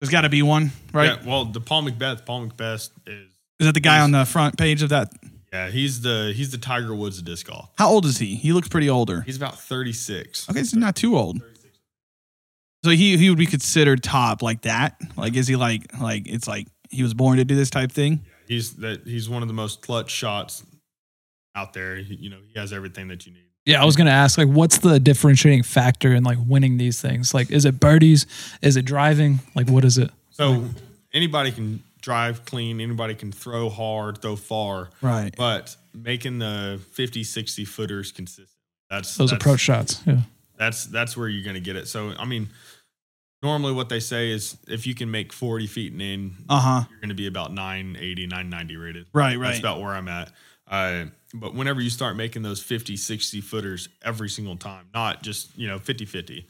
There's got to be one, right?
Yeah, well, the Paul Macbeth, Paul Macbeth is
Is that the guy on the front page of that?
yeah, he's the he's the Tiger Woods of disc golf.
How old is he? He looks pretty older.
He's about 36.
Okay, so not too old. So he he would be considered top like that. Like is he like like it's like he was born to do this type thing?
He's that he's one of the most clutch shots out there. He- you know, he has everything that you need.
Yeah, I was gonna ask like what's the differentiating factor in like winning these things? Like is it birdies? Is it driving? Like what is it?
So anybody can drive clean, anybody can throw hard, throw far,
Right.
but making the 50, 60 footers consistent. That's
Those
that's-
approach shots. Yeah.
That's that's where you're going to get it. So I mean, normally what they say is if you can make 40 feet and in,
Uh huh.
you're going to be about 980, 990 rated.
Right.
That's
Right.
about where I'm at. Uh, but whenever you start making those 50, 60 footers every single time, not just, you know, 50 50,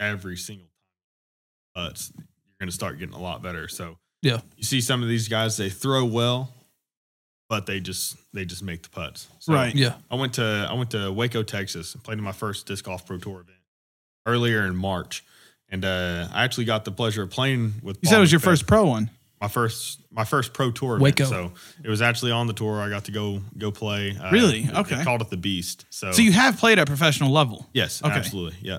every single time, uh, it's, you're going to start getting a lot better. So,
Yeah.
You see some of these guys, they throw well, but they just, they just make the putts. So
Right.
Yeah.
I went to, I went to Waco, Texas and played in my first disc golf pro tour event earlier in March. And uh, I actually got the pleasure of playing with.
You
Paul
said it was your
McBeth
first pro one.
my first my first pro tour event.
Waco.
So it was actually on the tour. I got to go go play. Uh,
Really?
they- they
Okay.
called it the Beast. So,
So you have played at professional level.
yes,
Okay.
absolutely, yeah.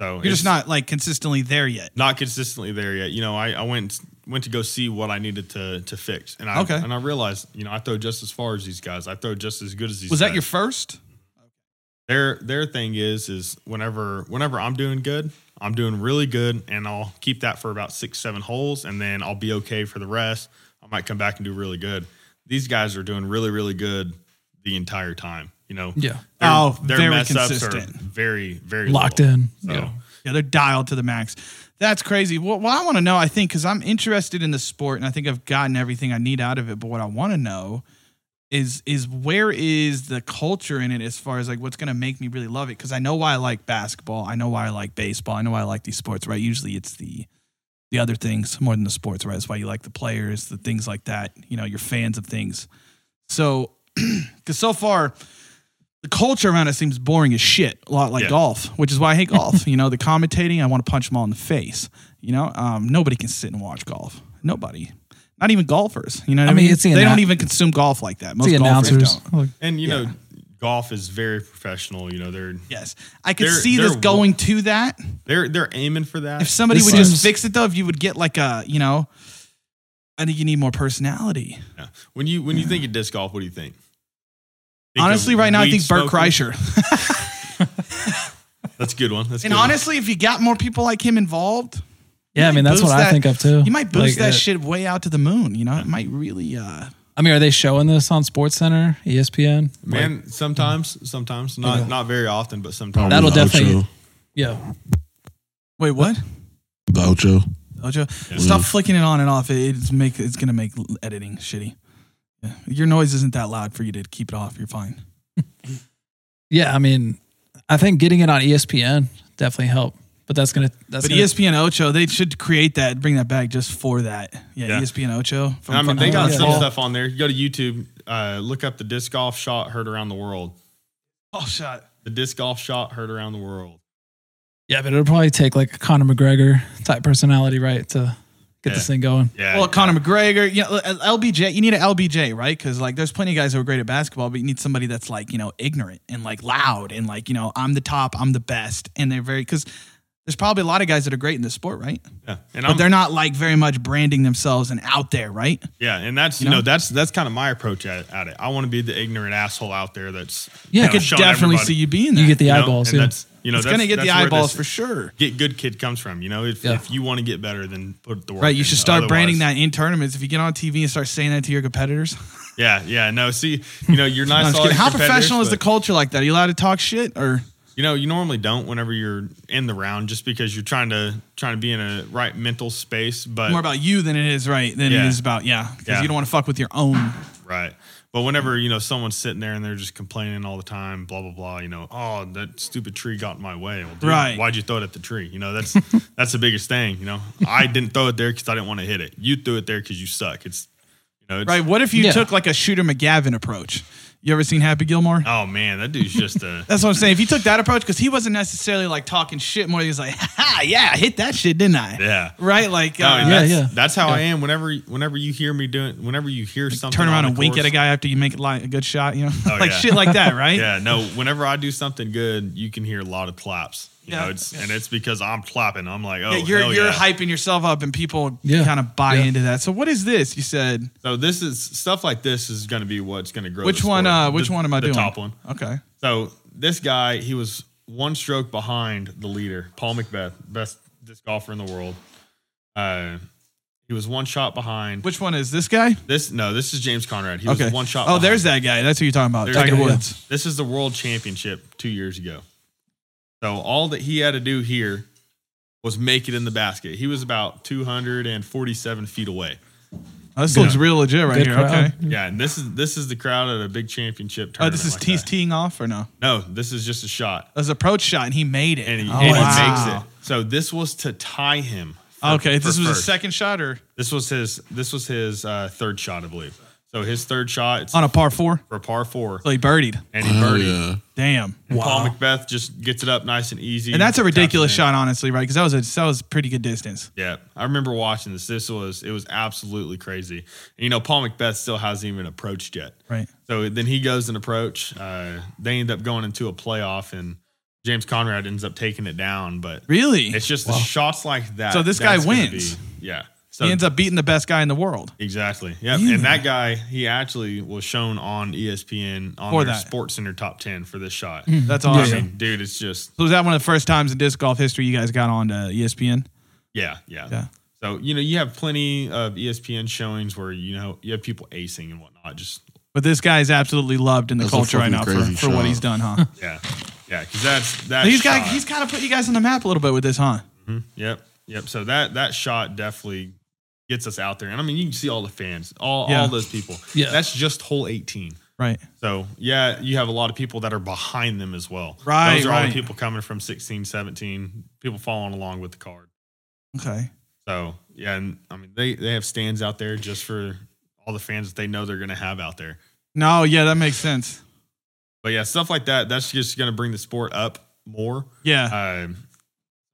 So
You're
it's
just not like consistently there yet.
not consistently there yet. You know, I, I went went to go see what I needed to to fix, and I
Okay.
and I realized you know I throw just as far as these guys. I throw just as good as these.
Was that
guys.
your first?
their their thing is is whenever whenever I'm doing good, I'm doing really good, and I'll keep that for about six seven holes, and then I'll be okay for the rest. I might come back and do really good. These guys are doing really really good the entire time. You know,
Yeah.
Their-
Oh,
their
very
mess ups are
consistent.
very very
Locked
little.
in.
So,
Yeah.
Yeah, they're dialed to the max. That's crazy. Well, what I want to know, I think, because I'm interested in the sport and I think I've gotten everything I need out of it. But what I want to know is is where is the culture in it as far as like what's going to make me really love it? Because I know why I like basketball. I know why I like baseball. I know why I like these sports. Right? Usually, it's the the other things more than the sports. Right? That's why you like the players, the things like that. You know, you're fans of things. So, because so far the culture around it seems boring as shit. A lot like
Yeah.
golf, which is why I hate golf. you know, the commentating, I want to punch them all in the face. You know, um, nobody can sit and watch golf. Nobody, not even golfers. You know, what I,
I mean,
mean,
it's the
they
annou-
don't even consume golf like that. Most
The
golfers
announcers.
don't.
Like,
And you
Yeah.
know, golf is very professional. You know, they're
Yes, I could
They're-
see this
they're-
going to that.
they're they're aiming for that.
If somebody
This
would just
seems-
fix it though, if you would get like a, you know, I think you need more personality.
Yeah. When you when you think of disc golf, what do you think? Think
honestly,
of
right now I
weed
think Bert
smoking?
Kreischer.
That's a good one. That's a
and
good one.
honestly, if you got more people like him involved,
yeah, I mean that's
boost
what I
that-
think of too.
you might boost
Like,
that
uh,
shit way out to the moon. You know, it might really uh,
I mean, are they showing this on Sports Center, E ESPN?
Man, sometimes, sometimes, not
Okay.
not very often, but sometimes.
That'll
The
definitely-
Ocho.
Yeah.
Wait, what?
The Ocho.
Ojo, stop flicking it on and off. It, it's make it's gonna make editing shitty. Yeah. Your noise isn't that loud for you to keep it off. You're fine.
Yeah. I mean, I think getting it on E ESPN definitely helped, but that's going to, that's
But E
going to,
ESPN Ocho, they should create that, bring that back just for that. Yeah, E
Yeah.
ESPN Ocho. From,
I mean, they got
Yeah.
some
Yeah.
stuff on there. You go to YouTube, uh, look up the disc golf shot heard around the world.
Oh, shot.
The disc golf shot heard around the world.
yeah, but it'll probably take like a Conor McGregor type personality, right? To get this
Yeah.
thing going.
Yeah.
Well, Conor McGregor, you know, uh, L- LBJ, you need an LBJ, right? Because like, there's plenty of guys that were great at basketball, but you need somebody that's like, you know, ignorant and like loud and like, you know, I'm the top, I'm the best, and they're very because there's probably a lot of guys that are great in this sport, right?
yeah. And
But
I'm,
they're not like very much branding themselves and out there, right?
yeah, and that's you
know?
know, that's that's kind of my approach at, at it. I want to be the ignorant asshole out there that's
Yeah,
I
I
kinda
could
showing
definitely see
everybody,
you being that.
You get the
you know?
eyeballs.
And
yeah.
that's you know
it's
that's
gonna get the
that's where
eyeballs
this
for sure.
Get good kid comes from. You know, if,
Yeah.
if you want to get better, then put the work.
Right, you
in.
should start branding
Otherwise-
that in tournaments. If you get on TV and start saying that to your competitors,
Yeah, yeah. No, see, you know, you're
I'm
nice.
just
to all
kidding.
your
how
competitors,
professional is the
but-
culture like that? Are you allowed to talk shit or?
You know, you normally don't whenever you're in the round, just because you're trying to trying to be in a right mental space. But
more about you than it is right than it
Uh, Yeah.
is about yeah because
Yeah.
you don't want to fuck with your own
right, but whenever you know someone's sitting there and they're just complaining all the time, blah blah blah. You know, oh that stupid tree got in my way. Well, dude,
Right.
Why'd you throw it at the tree? You know, that's that's the biggest thing. You know, I didn't throw it there because I didn't want to hit it. You threw it there because you suck. It's you know, it's,
right. What if you
Yeah.
took like a shooter McGavin approach? You ever seen Happy Gilmore?
Oh man, that dude's just a
That's what I'm saying. If you took that approach, because he wasn't necessarily like talking shit more, he was like, "Ha, yeah, I hit that shit, didn't I?"
yeah.
Right, like
No,
uh,
yeah,
that's,
yeah.
that's how I am. Whenever, whenever you hear me doing, whenever you hear something,
turn around
on
and
the
wink at
course- Oh,
a guy after you make it like a good shot, you know, like
yeah.
shit like that, right?
Yeah, no. Whenever I do something good, you can hear a lot of claps. You
Yeah.
know, it's and it's because I'm clapping. I'm like, oh,
Yeah, you're
hell
you're
yeah.
hyping yourself up, and people
Yeah.
kind of buy
Yeah.
into that. So what is this? You said
So this is stuff like this is going to be what's going to grow.
which
the
one?
sport.
Uh, which
The-
one am I
the
doing?
Top one.
Okay.
So this guy, he was one stroke behind the leader, Paul McBeth, best disc golfer in the world. Uh, he was one shot behind.
Which one is this guy?
This no, this is James Conrad. He
Okay.
was one shot.
Oh,
behind.
there's that guy. That's who you're talking about.
There's
Tiger
that guy.
Woods.
This is the world championship two years ago. So all that he had to do here was make it in the basket. He was about 247 feet away.
Oh, this looks real legit right
Good
here.
crowd.
Okay.
Yeah, and this is this is the crowd at a big championship
Mm-hmm. Oh,
tournament.
this is
like
he's
that.
teeing off or no?
No, this is just a shot,
That was an approach shot and he made it.
and he,
Oh,
and he
wow.
makes it. So this was to tie him. for-
Okay,
for
this was his
first.
second shot or
This was his. This was his uh, third shot, I believe. So his third shot. It's
on a par four.
for a par four,
So he birdied.
and he
Hell
birdied.
Oh, yeah.
Damn.
And Paul McBeth just gets it up nice and easy,
And that's a
taps it
ridiculous
in.
shot, honestly, right? Because that was a that was a pretty good distance.
Yeah, I remember watching this. This was it was absolutely crazy. And, you know, Paul Macbeth still hasn't even approached yet.
Right.
So then he goes and approach. Uh, they end up going into a playoff, and James Conrad ends up taking it down. But
Really?
it's just the shots like that.
So this guy
that's gonna
wins.
be- yeah. So
he ends up beating the best guy in the world.
exactly. Yep.
Yeah.
And that guy, he actually was shown on E ESPN on
For
their
that. Hmm.
Sports Center top ten for this shot.
That's
I
awesome.
mean, dude, it's just
So was that one of the first times in disc golf history you guys got on to E ESPN?
Yeah, yeah.
Yeah.
So you know you have plenty of E ESPN showings where you know you have people acing and whatnot. Just
But this guy is absolutely loved in the
That's a
culture right
fucking
now for,
crazy
for what
shot.
he's done, huh?
yeah, yeah. Because that's that.
he's got
shot- Mm-hmm.
he's kind of put you guys on the map a little bit with this, huh?
Yep, yep. So that that shot definitely gets us out there, and I mean you can see all the fans, all
Yeah.
all those people.
Yeah.
That's just hole eighteen.
Right.
So yeah, you have a lot of people that are behind them as well.
Right,
Those are all
right.
the people coming from 16, 17, People following along with the card.
Okay.
So yeah, and I mean they they have stands out there just for all the fans that they know they're going to have out there.
No, yeah, that makes sense.
But yeah, stuff like that. That's just going to bring the sport up more.
Yeah.
Um,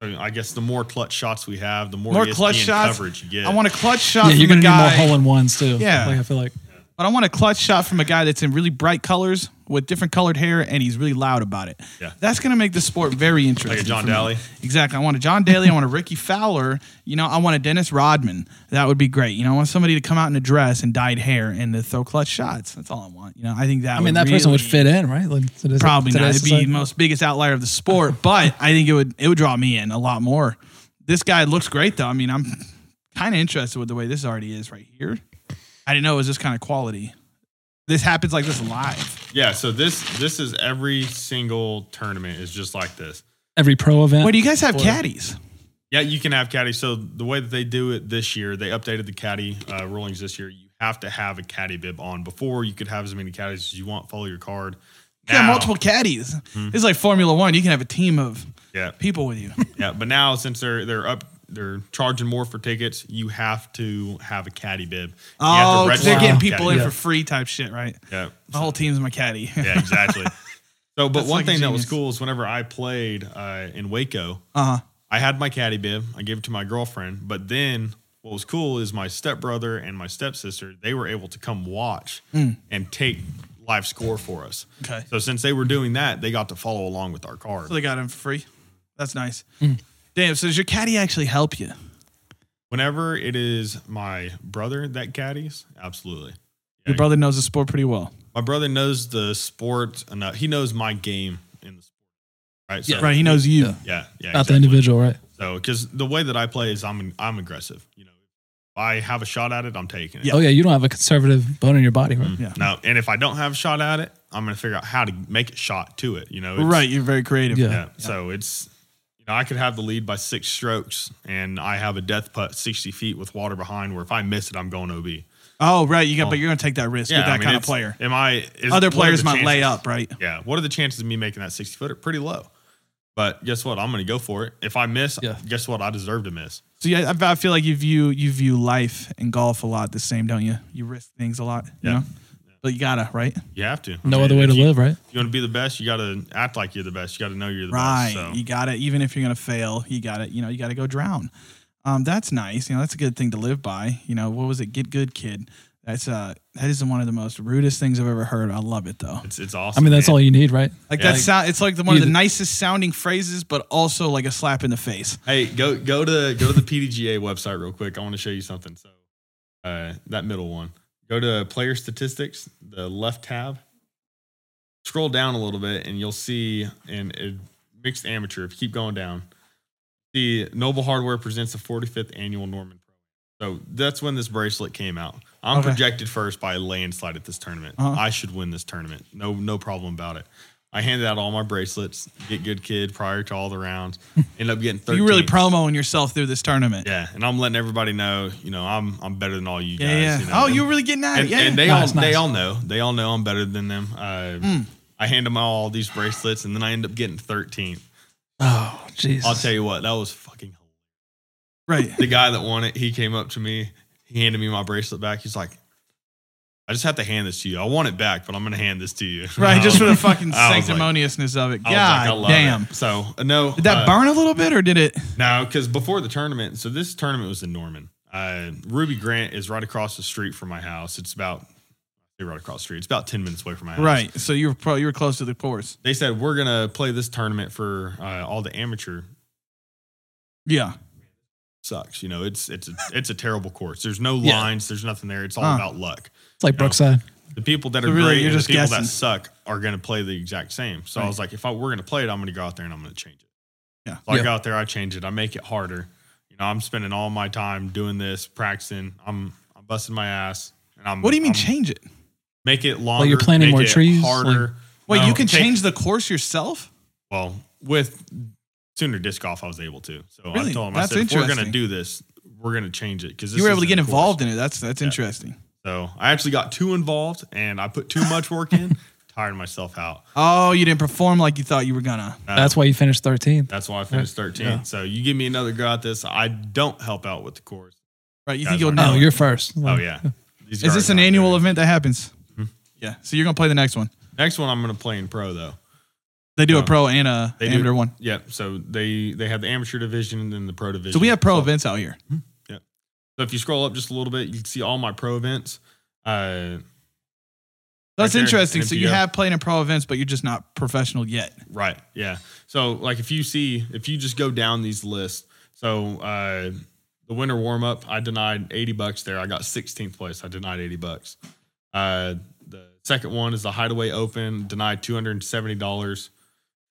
I mean, I guess the more clutch shots we have, the more, E
More
ESPN
clutch shots.
coverage you get.
I want a clutch shot
Yeah, you're
from
going to
a
need more
guy,
hole in ones too.
Yeah.
Like, I feel like,
but I want a clutch shot from a guy that's in really bright colors with different colored hair and he's really loud about it.
Yeah.
That's going to make the sport very interesting.
like a John
for me.
Daly.
Exactly. I want a John Daly. I want a Ricky Fowler. You know, I want a Dennis Rodman. That would be great. You know, I want somebody to come out in a dress and dyed hair and to throw clutch shots. That's all I want. You know, I think that
I mean, that person would
really-
fit in, right? Like, today's-
Probably not.
today's
It'd be
society.
the most biggest outlier of the sport, but I think it would it would draw me in a lot more. This guy looks great though. I mean, I'm kind of interested with the way this already is right here. I didn't know it was this kind of quality. This happens like this live.
Yeah, so this this is every single tournament is just like this.
Every pro event.
Wait, do you guys have caddies?
Yeah, you can have caddies. So the way that they do it this year, they updated the caddy uh, rulings this year. You have to have a caddy bib on. Before you could have as many caddies as you want. Follow your card.
You
Now-
got multiple caddies. It's like Formula One. You can have a team of
Yeah,
people with you.
yeah. But now since they're they're up, they're charging more for tickets. You have to have a caddy bib. You have to
Oh, 'cause
register
they're getting
as a
people
caddy.
in for free type shit, right?
Yeah.
The whole team's my caddy.
Yeah, exactly. so, but
That's
one
fucking
thing that was
genius.
cool is whenever I played uh, in Waco,
Uh huh.
I had my caddy bib. I gave it to my girlfriend. But then what was cool is my stepbrother and my stepsister, they were able to come watch
Mm.
and take live score for us.
Okay.
So since they were doing that, they got to follow along with our card.
So they got him for free. That's nice. Damn. So does your caddy actually help you?
Whenever it is my brother that caddies, absolutely.
Your brother knows the sport pretty well.
My brother knows the sport enough. He knows my game in the sport. Right. So,
Right. He knows you.
Yeah. Yeah.
Not the
exactly.
individual, right?
So, because the way that I play is I'm I'm aggressive. You know, if I have a shot at it, I'm taking it.
Oh yeah, you don't have a conservative bone in your body, right?
Yeah.
No, and if I don't have a shot at it, I'm gonna figure out how to make a shot to it. You know, It's-
Right. You're very creative.
Yeah.
Yeah. So it's you know I could have the lead by six strokes, and I have a death putt 60 feet with water behind. Where if I miss it, I'm going OB.
Oh, right. You got, but you're gonna take that risk with that
I mean,
kind of
it's-
player.
Am I? Is,
Other
what are
players
the
might lay
chances?
up, right?
Yeah. What are the chances of me making that 60 footer? Pretty low. But guess what? I'm gonna go for it. If I miss,
Yeah.
guess what? I deserve to miss.
So yeah, I I feel like you view you view life and golf a lot the same, don't you? You risk things a lot, you
Yeah.
know. But you gotta right.
You have to.
No other way to
If you-
live, right?
you want to be the best, you got to act like you're the best. You got to know you're the
Right.
best. So,
You got to, even if you're going to fail, you got to, you know, you got to go drown. Um, that's nice. You know, that's a good thing to live by. You know, what was it? Get good, kid. That's uh, that is one of the most rudest things I've ever heard. I love it though.
it's it's
I
awesome.
mean, that's
man.
all you need, right?
Like
Yeah.
that sound. It's like the, one of the
Either-
nicest sounding phrases, but also like a slap in the face.
Hey, go go to go to the PDGA website real quick. I want to show you something. So, uh, that middle one. Go to player statistics, the left tab. Scroll down a little bit, and you'll see in in mixed amateur. If you keep going down, the Noble Hardware presents the 45th annual Norman Pro. So that's when this bracelet came out. I'm
Okay.
projected first by a landslide at this tournament.
Uh-huh.
I should win this tournament. No, no problem about it. I handed out all my bracelets. Get good kid prior to all the rounds. Ended up getting 13.
You really promoing yourself through this tournament.
Yeah, and I'm letting everybody know, you know, I'm I'm better than all you
Yeah.
guys.
yeah.
You know?
oh,
and,
you're really getting at
and,
it. Yeah.
and they
Nice,
all they
nice.
all know they all know I'm better than them. Uh,
Hmm.
I hand them all these bracelets, and then I end up getting 13.
Oh, jeez.
I'll tell you what, that was fucking. hilarious.
right.
The guy that won it, he came up to me, he handed me my bracelet back. He's like, "I just have to hand this to you. I want it back, but I'm gonna hand this to you."
Right. Just for the fucking
I was like-
sanctimoniousness of it.
I was like,
God
I love
damn.
It. So uh, no,
Did that
uh,
burn a little bit or did it?
No, because before the tournament, so this tournament was in Norman. Uh, Ruby Grant is right across the street from my house. It's about they're right across the street. It's about ten minutes away from my house.
Right. So you were pro, you were close to the course.
They said we're gonna play this tournament for uh, all the amateur.
Yeah.
Sucks. You know, it's it's a, it's a terrible course. There's no
Yeah.
lines. There's nothing there. It's all
Huh.
about luck.
it's like Brookside.
The people that are
So really,
great
you're
and the
just
people
guessing.
that suck are gonna play the exact same. So I
Right.
was like, if I we're gonna play it, I'm gonna go out there and I'm gonna change it.
Yeah.
So I
Yeah.
go out there, I change it, I make it harder. You know, I'm spending all my time doing this, practicing. I'm I'm busting my ass, and I'm.
What do you mean
I'm-
change it?
Make it longer.
you're planting
make
more
it
trees?
Harder.
Wait,
No,
you can
take-
change the course yourself?
Well, with sooner disc golf, I was able to. So I
Really?
told him,
That's
I said, if we're gonna
interesting.
do this, we're gonna change it because
You were able to get involved in it. That's that's interesting.
So I actually got too involved, and I put too much work in. Tired myself out.
Oh, you didn't perform like you thought you were gonna.
Uh,
That's why you finished 13th.
That's why I finished 13.
Yeah.
So you give me another go at this. I don't help out with the course.
Right? You
Guys
think you'll
aren't
know?
No, you're first.
Oh, yeah. These
Is this
guards
an
aren't
annual
good.
event that happens?
Hmm?
Yeah. So you're gonna play the next one.
Next one I'm going to play in pro, though.
They do a
No.
pro and a
They do-
amateur one.
Yep. So they they have the amateur division and then the pro division.
So we have pro
so,
events out here.
So if you scroll up just a little bit, you can see all my pro events. Uh,
That's
there,
interesting.
and
So
if
you
you-
have played in pro events, but you're just not professional yet.
Right. Yeah. So like if you see if you just go down these lists, so uh the winter warm up, I denied 80 bucks there. I got 16th place. I denied 80 bucks. Uh the second one is the Hideaway Open, denied $270.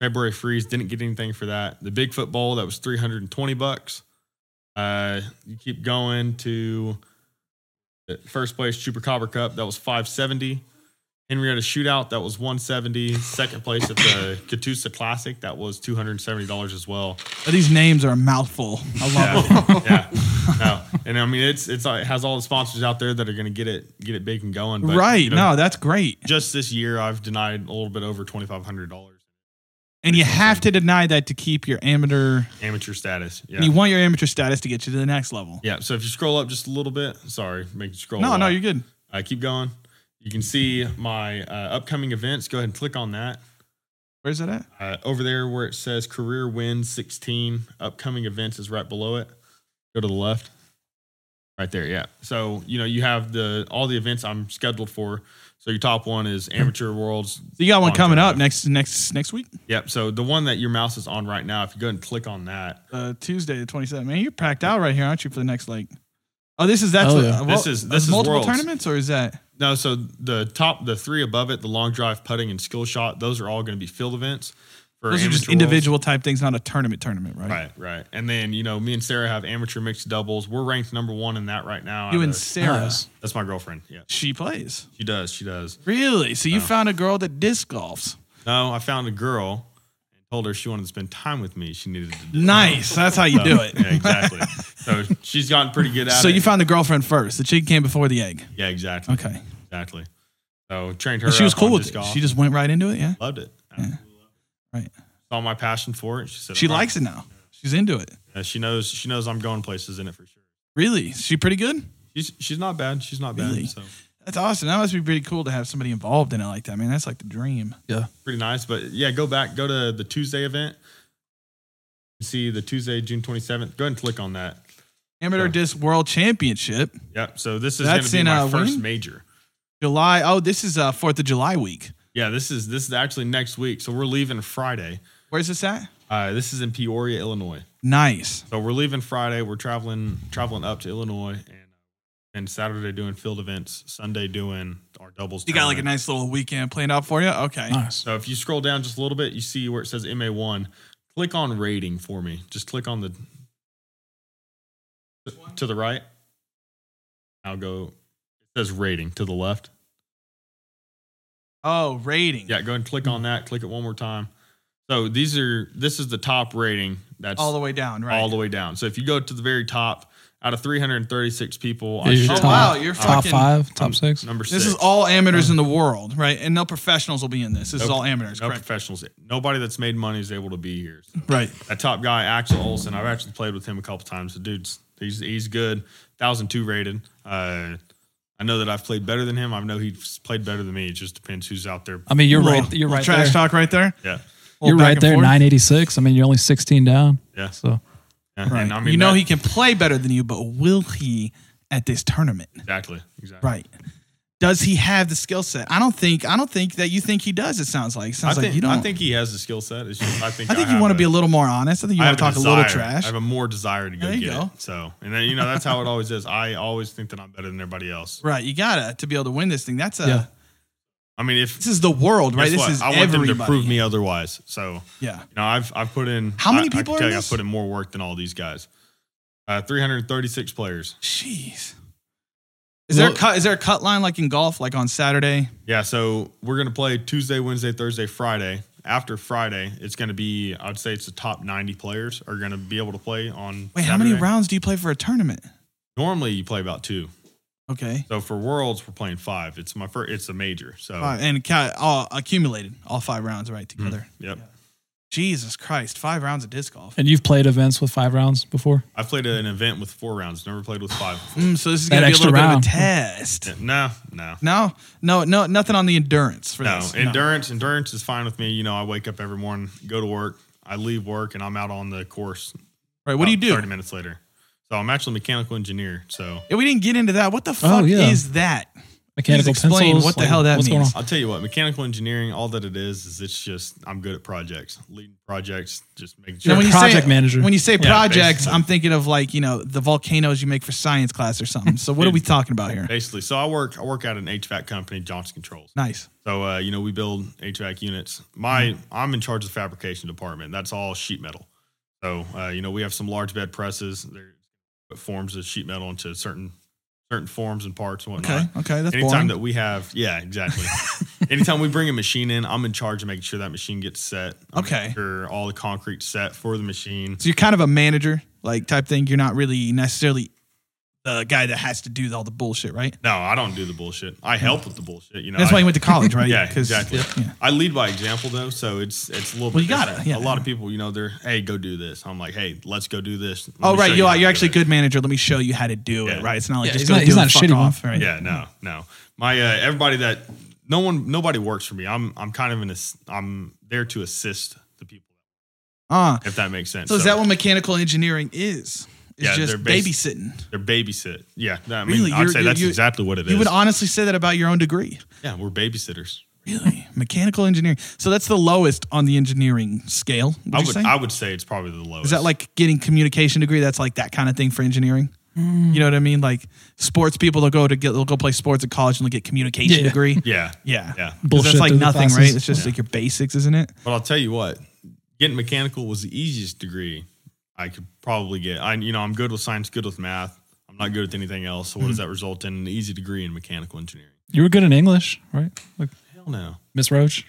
February Freeze didn't get anything for that. The Bigfoot Bowl that was 320 bucks. Uh you keep going to First place Chupacabra Cup that was 570. Henrietta Shootout that was 170. Second place at the Catoosa Classic that was 270 dollars as well.
These names are a mouthful. I love it.
yeah, no, and I mean it's it's it has all the sponsors out there that are going to get it get it big and going. But,
right.
you know,
no, that's great.
just this year I've denied a little bit over twenty five hundred dollars
And you have to deny that to keep your amateur.
amateur status. Yeah,
And you want your amateur status to get you to the next level.
yeah. So if you scroll up just a little bit, sorry, make you scroll.
No,
a
no,
lot.
you're good.
Uh, keep going. You can see my uh, upcoming events. Go ahead and click on that.
Where's that at?
Uh, over there where it says career win 16, upcoming events is right below it. Go to the left. Right there, yeah. So, you know, you have the all the events I'm scheduled for. So your top one is amateur worlds.
So you got one
Long
coming
drive.
up next next next week,
Yep. So the one that your mouse is on right now, if you go ahead and click on that,
uh, Tuesday the 27th. Man, you're packed out right here, aren't you? For the next like, oh, this is that's
Oh,
a-
yeah.
a-
This is- this is
multiple
Worlds.
tournaments or is that
No, so the top, the three above it, the long drive, putting, and skill shot, those are all going to be field events. For
those are just
amateur worlds.
individual type things, not a tournament tournament, right?
Right, right. And then, you know, me and Sarah have amateur mixed doubles. We're ranked number one in that right now.
You
out
and
of-
Sarah,
Nice.
That's my girlfriend. Yeah,
she plays
she does. She does.
really. So you found a girl that disc golfs.
No, I found a girl and told her she wanted to spend time with me. She needed to do
Nice, that's how you do it.
Yeah, exactly. so she's gotten pretty good at
So
it.
you found the girlfriend first. The chicken came before the egg.
yeah, exactly.
Okay.
Exactly. So trained her.
And she was
up on
cool with
disc
it.
golf.
She just went right into it. Yeah.
loved it.
Right.
Saw my passion for it. She said
She
"All right."
likes it now. She's into it.
Uh, she knows. She knows I'm going places in it for sure.
Really? She pretty good?
She's she's not bad. She's not bad.
Really?
So
That's awesome. That must be pretty cool to have somebody involved in it like that, man. That's like the dream.
pretty nice. But yeah, go back. Go to the Tuesday event. You See the Tuesday, June 27th. Go ahead and click on that.
Amateur
Sure.
Disc World Championship,
Yep. So this is going
That's
to be
in,
my
uh,
first
Wayne?
major.
July. Oh, this is uh Fourth of July week.
Yeah, this is this is actually next week. So we're leaving Friday.
Where's this at?
Uh, this is in Peoria, Illinois.
Nice.
So we're leaving Friday. We're traveling traveling up to Illinois and and Saturday doing field events. Sunday doing our doubles.
You got like a
tournament.
nice little weekend planned out for you. Okay.
Nice.
So if you scroll down just a little bit, you see where it says MA1. Click on rating for me. Just click on the to the right. I'll go. It says rating to the left.
Oh, rating.
Yeah, go ahead and click on that. Click it one more time. So these are this is the top rating. That's
All the way down, right?
all the way down. So if you go to the very top, out of 336 people,
Is your
shot
Oh, wow, you're
top
fucking-
five, top six.
number six.
this is all amateurs in the world, right? And no professionals will be in this. This is
Nope.
all amateurs,
no
correct?
professionals. Nobody that's made money is able to be here. So
Right.
that top guy, Axel Olsen, I've actually played with him a couple times. The dude's he's he's good. Thousand two rated. Uh, I know that I've played better than him. I know he's played better than me. It just depends who's out there.
I mean, you're right.
Little-
You're
little
right
Trash
there.
talk right there.
Yeah,
You're
Little back
right
and
there.
forth.
986. I mean, you're only 16 down.
yeah.
So
yeah.
Right.
And I mean,
you know
that-
he can play better than you, but will he at this tournament?
exactly exactly.
Right. Does he have the skill set? I don't think. I don't think that you think he does. It sounds like. It
I
sounds
think
like you don't.
I think he has the skill set. It's just, I think
I think
have
you want to
a-
be a little more honest. I think you
I
want to
have
talk a little
desire.
trash.
I have a more desire to go
There you
get
go.
it. So, and then you know that's how it always is. I always think that I'm better than everybody else.
right. You gotta to be able to win this thing. That's a.
Yeah.
I mean, if
This is the world, right?
guess
This
what?
is
I want
everybody.
them to prove me otherwise. So, you
Yeah.
know, I've I've put in.
How many
I- I
people
can
are
tell
in
you
this?
I put in more work than all these guys. Uh, 336 players.
Jeez. Is there a
Well-
cut? Is there a cut line like in golf, like on Saturday?
Yeah, so we're gonna play Tuesday, Wednesday, Thursday, Friday. After Friday, it's gonna be I'd say it's the top 90 players are gonna be able to play on.
Wait, how many
Saturday.
rounds do you play for a tournament?
Normally, you play about two.
Okay.
So for Worlds, we're playing five. It's my first. It's a major. So
All right, and ca- all accumulated, all five rounds right together.
yep.
Jesus Christ, five rounds of disc golf.
And you've played events with five rounds before?
I've played an event with four rounds. Never played with five. Before.
Mm, so this is
That
gonna be a
extra
little
round.
bit of a test.
No, no,
No, no, no, nothing on the endurance for
no.
this.
Endurance, endurance is fine with me. You know, I wake up every morning, go to work, I leave work, and I'm out on the course.
Right? What do you
about
do?
oh, Thirty minutes later. So I'm actually a mechanical engineer. So
Yeah, we didn't get into that. What the fuck
Oh, yeah.
is that?
Mechanical
explain
pencils.
what the hell that
what's going
means.
on?
I'll tell you what, mechanical engineering, all that it is, is it's just I'm good at projects, leading projects, just making
Now,
sure.
when
you
project
say,
manager.
When you say projects,
basically.
I'm thinking of like you know the volcanoes you make for science class or something. So what are we talking about here?
Basically, so I work. I work at an HVAC company, Johnson Controls.
Nice.
So uh, you know, we build HVAC units. My I'm in charge of the fabrication department. That's all sheet metal. So uh, you know, we have some large bed presses. There it forms of sheet metal into certain certain forms and parts and whatnot.
Okay. Okay. That's
Anytime
boring.
that we have, yeah, exactly. Anytime we bring a machine in, I'm in charge of making sure that machine gets set. I'm
Okay.
making Sure, all the concrete set for the machine.
so you're kind of a manager like type thing. You're not really necessarily the guy that has to do all the bullshit, right?
No, I don't do the bullshit. I help with the bullshit. You know,
That's
I,
why you went to college, right?
Yeah,
'Cause-
exactly.
yeah.
I lead by example though, so it's it's a little.
Well,
bit
you gotta,
different.
yeah.
A lot of people, you know, they're hey, go do this. I'm like, hey, let's go do this. Let
Oh
me show
right,
you
you
how
are.
to
You're
do
actually a
it.
good manager. Let me show you how to do
Yeah.
it. Right? It's not like
Yeah,
just
he's
go
not-
do
he's
it
not
and
a
fuck
shitty one.
off. Right?
Yeah, no, no. My uh, everybody that no one nobody works for me. I'm I'm kind of an ass- I'm there to assist the people
Uh,
if that makes sense.
so is that what mechanical engineering is? It's
Yeah,
just
they're basi-
babysitting.
They're babysit. Yeah, I mean,
Really?
I'd
You're-
say
you're-
that's
you-
exactly what it is.
You would honestly say that about your own degree.
yeah, we're babysitters.
Really? Mechanical engineering. So that's the lowest on the engineering scale. Would
I
you
would
say?
I would say it's probably the lowest.
Is that like getting communication degree? That's like that kind of thing for engineering. You know what I mean? Like sports people, they'll go to get, they'll go play sports at college and they'll get communication
Yeah.
degree.
yeah
Yeah.
yeah?
'Cause
Bullshit
That's like
through the
nothing, right?
classes.
It's just like your basics, isn't it?
But I'll tell you what, getting mechanical was the easiest degree I could probably get. I, you know, I'm good with science, good with math. I'm not good with anything else. So what does
Mm-hmm.
that result in? An easy degree in mechanical engineering?
You were good in English, right? Like
Hell no.
Miss Roach.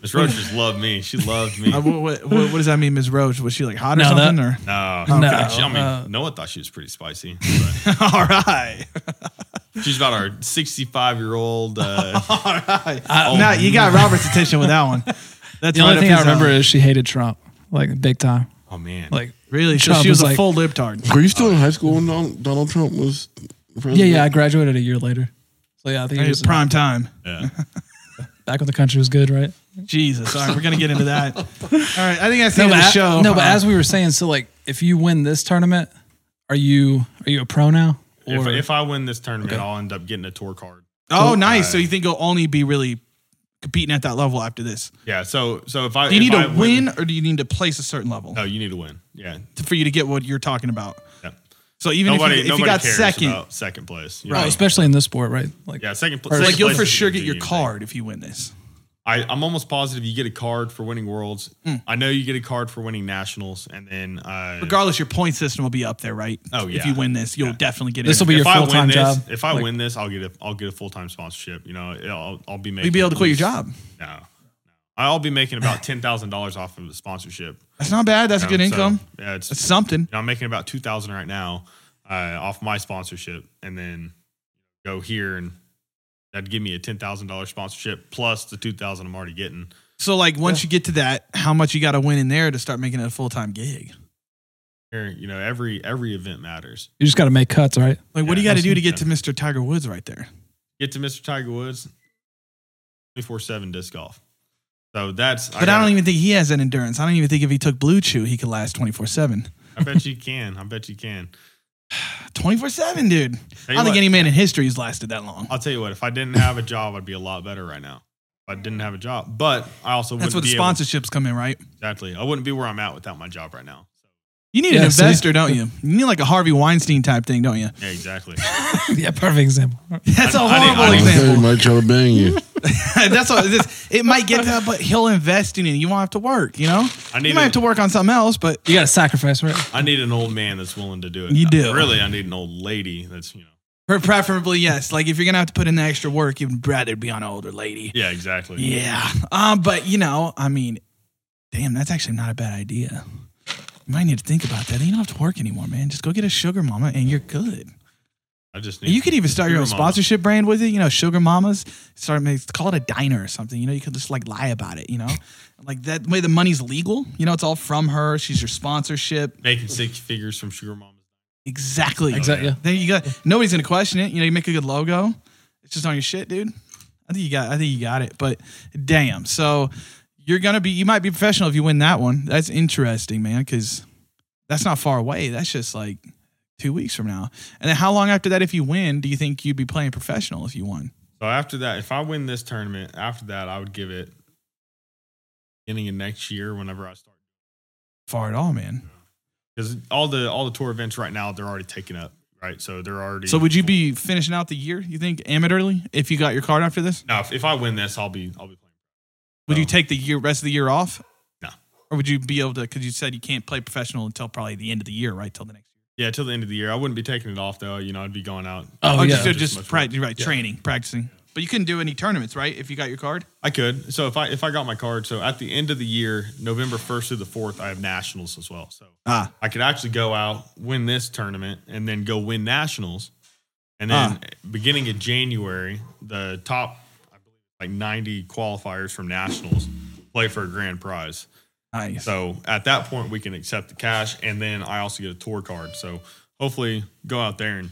Miss Roach just loved me. She loved me.
Uh,
No,
what, what, what, what does that mean, Ms. Roach? Was she like hot or
No, that-
something? or
Actually, I mean,
uh,
no one thought she was pretty spicy.
all right,
but she's about our 65 year old. Uh, Oh
no, you got Robert's attention with that one. That's
The
right
only
up
thing I
his
remember
alley.
is she hated Trump, like big time.
oh man,
Like
really, so
Trump
she was,
was
a
like-
full libtard.
Were you still in high school when Donald, Donald Trump was president?
yeah, yeah. I graduated a year later, so yeah, I think it was
Prime time.
yeah.
back when the country was good, right?
Jesus. All right, we're gonna get into that. All right, I think that's the
No, but
end of the
a-
show.
no, but
Uh,
as we were saying, so like if you win this tournament, are you are you a pro now?
if,
Or
if I win this tournament,
Okay.
I'll end up getting a tour card.
Oh, nice. so you think you'll only be really competing at that level after this?
Yeah. So so if I
Do you
if
need
I
to win, or do you need to place a certain level
No, you need to win. Yeah.
to- for you to get what you're talking about?
yeah.
So even
Nobody
if you, if
nobody
you got
cares
second,
about second place. you
Oh,
know?
especially in this sport, right? Like
Yeah, second pl-
Or
second place.
like you'll for
is
sure
gonna
get
do
your
anything.
card if you win this.
I, I'm almost positive you get a card for winning worlds.
Hmm.
I know you get a card for winning nationals, and then uh,
Regardless, your point system will be up there, right?
Oh,
If
yeah.
you win this, you'll definitely get
This
in.
will be your
if I win
full-time
this,
job.
if I
Like-
win this, I'll get a I'll get a full time sponsorship. You know, I'll I'll be making.
You'll be able to
at
quit your
least-
job.
No, no, I'll be making about ten thousand dollars off of the sponsorship.
That's not bad. That's a good
So,
income.
yeah, it's
That's something.
you know, I'm making about two thousand right now uh, off my sponsorship, and then go here and that'd give me a ten thousand dollars sponsorship plus the two thousand I'm already getting.
So like once you get to that, how much you got to win in there to start making it a full time gig?
Here, you know, every every event matters.
you just got to make cuts, right?
Like what do you
Yeah,
got to do to
that's
get to Mr. Tiger Woods right there?
get to Mr. Tiger Woods, 24 7 disc golf. So that's,
But I, don't even think he has that endurance. I don't even think if he took Blue Chew, he could last twenty four seven.
I bet you can. I bet you can.
24 7, dude. I
you
don't think
what.
any man in history has lasted that long.
I'll tell you what, if I didn't have a job, I'd be a lot better right now. If I didn't have a job, but I also
That's
wouldn't
where the
be able-
sponsorships come in, right?
exactly. I wouldn't be where I'm at without my job right now.
You need an
Yeah, see?
investor, don't you? You need like a Harvey Weinstein type thing, don't you?
Yeah, exactly.
yeah, perfect example.
That's a
I- I need-
horrible
I need-
He
example.
might try to bang you.
That's what this, it might get to that, but he'll invest in it. You won't have to work, you know?
I need
you might
a-
have to work on something else, but
You got to sacrifice, right?
I need an old man that's willing to do it.
You do.
Really, I need an old lady that's, you know.
pre- preferably, yes. Like if you're going to have to put in the extra work, you'd rather be on an older lady.
Yeah, exactly.
Yeah. Um, but, you know, I mean, damn, that's actually not a bad idea. You might need to think about that. You don't have to work anymore, man. Just go get a sugar mama and you're good.
I just need
You could even start your own
Sugar Mama.
sponsorship brand with it. You know, Sugar Mamas. Start make, call it a diner or something. You know, you could just like lie about it. You know, like that way the money's legal. You know, it's all from her. She's your sponsorship.
Making six figures from Sugar Mama.
Exactly.
Exactly.
Then you got nobody's gonna question it. You know, you make a good logo. It's just on your shit, dude. I think you got. I think you got it. But damn, so you're gonna be. You might be professional if you win that one. That's interesting, man. Because that's not far away. That's just like two weeks from now. And then how long after that, if you win, do you think you'd be playing professional if you won?
So after that, if I win this tournament, after that, I would give it beginning of next year whenever I start.
Far at all, man.
Because all the all the tour events right now they're already taken up, right? So they're already.
So would you be finishing out the year? You think amateurly if you got your card after this?
No, if, if I win this, I'll be I'll be playing.
Would you
No.
take the year rest of the year off?
No.
Or would you be able to? Because you said you can't play professional until probably the end of the year, right? Till the next year.
Yeah, till the end of the year. I wouldn't be taking it off though. You know, I'd be going out.
Oh,
Oh,
yeah.
just, so
Just
just
much
prac- right, training, practicing. But you couldn't do any tournaments, right? If you got your card.
I could. So if I if I got my card, so at the end of the year, November first through the fourth, I have nationals as well. So
Ah,
I could actually go out, win this tournament, and then go win nationals. And then beginning of January, the top, I believe, like 90 qualifiers from nationals play for a grand prize.
nice.
So at that point, we can accept the cash. And then I also get a tour card. So hopefully, go out there and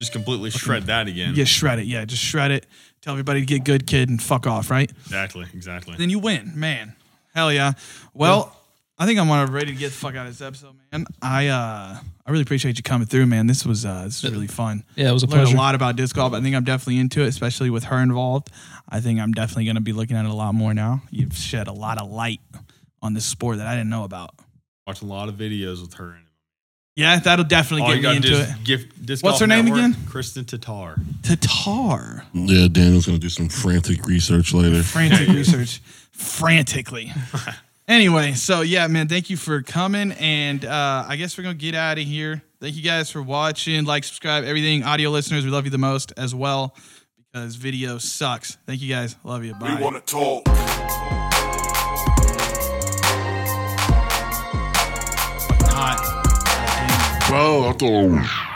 just completely shred that again.
Yeah, shred it. Yeah, just shred it. Tell everybody to get good, kid, and fuck off, right?
Exactly. Exactly.
Then you win, man. Hell yeah. Well, I think I'm on ready to get the fuck out of this episode, man. I uh, I really appreciate you coming through, man. This was uh, this was really fun.
Yeah, it was a
learned
pleasure.
a lot about disc golf. I think I'm definitely into it, especially with her involved. I think I'm definitely going to be looking at it a lot more now. You've shed a lot of light on this sport that I didn't know about.
Watch a lot of videos with her in it.
Yeah, that'll definitely
All you
get me
got
into
to do is
it.
gift disc
What's
Golf
her name
Network,
again?
Kristen Tatar.
Tatar.
Yeah, Daniel's gonna do some frantic research later.
frantic research frantically anyway so yeah man thank you for coming and uh, i guess we're gonna get out of here thank you guys for watching like subscribe everything audio listeners we love you the most as well because video sucks thank you guys love you bye
We wanna talk.
Not-
Bro, I thought.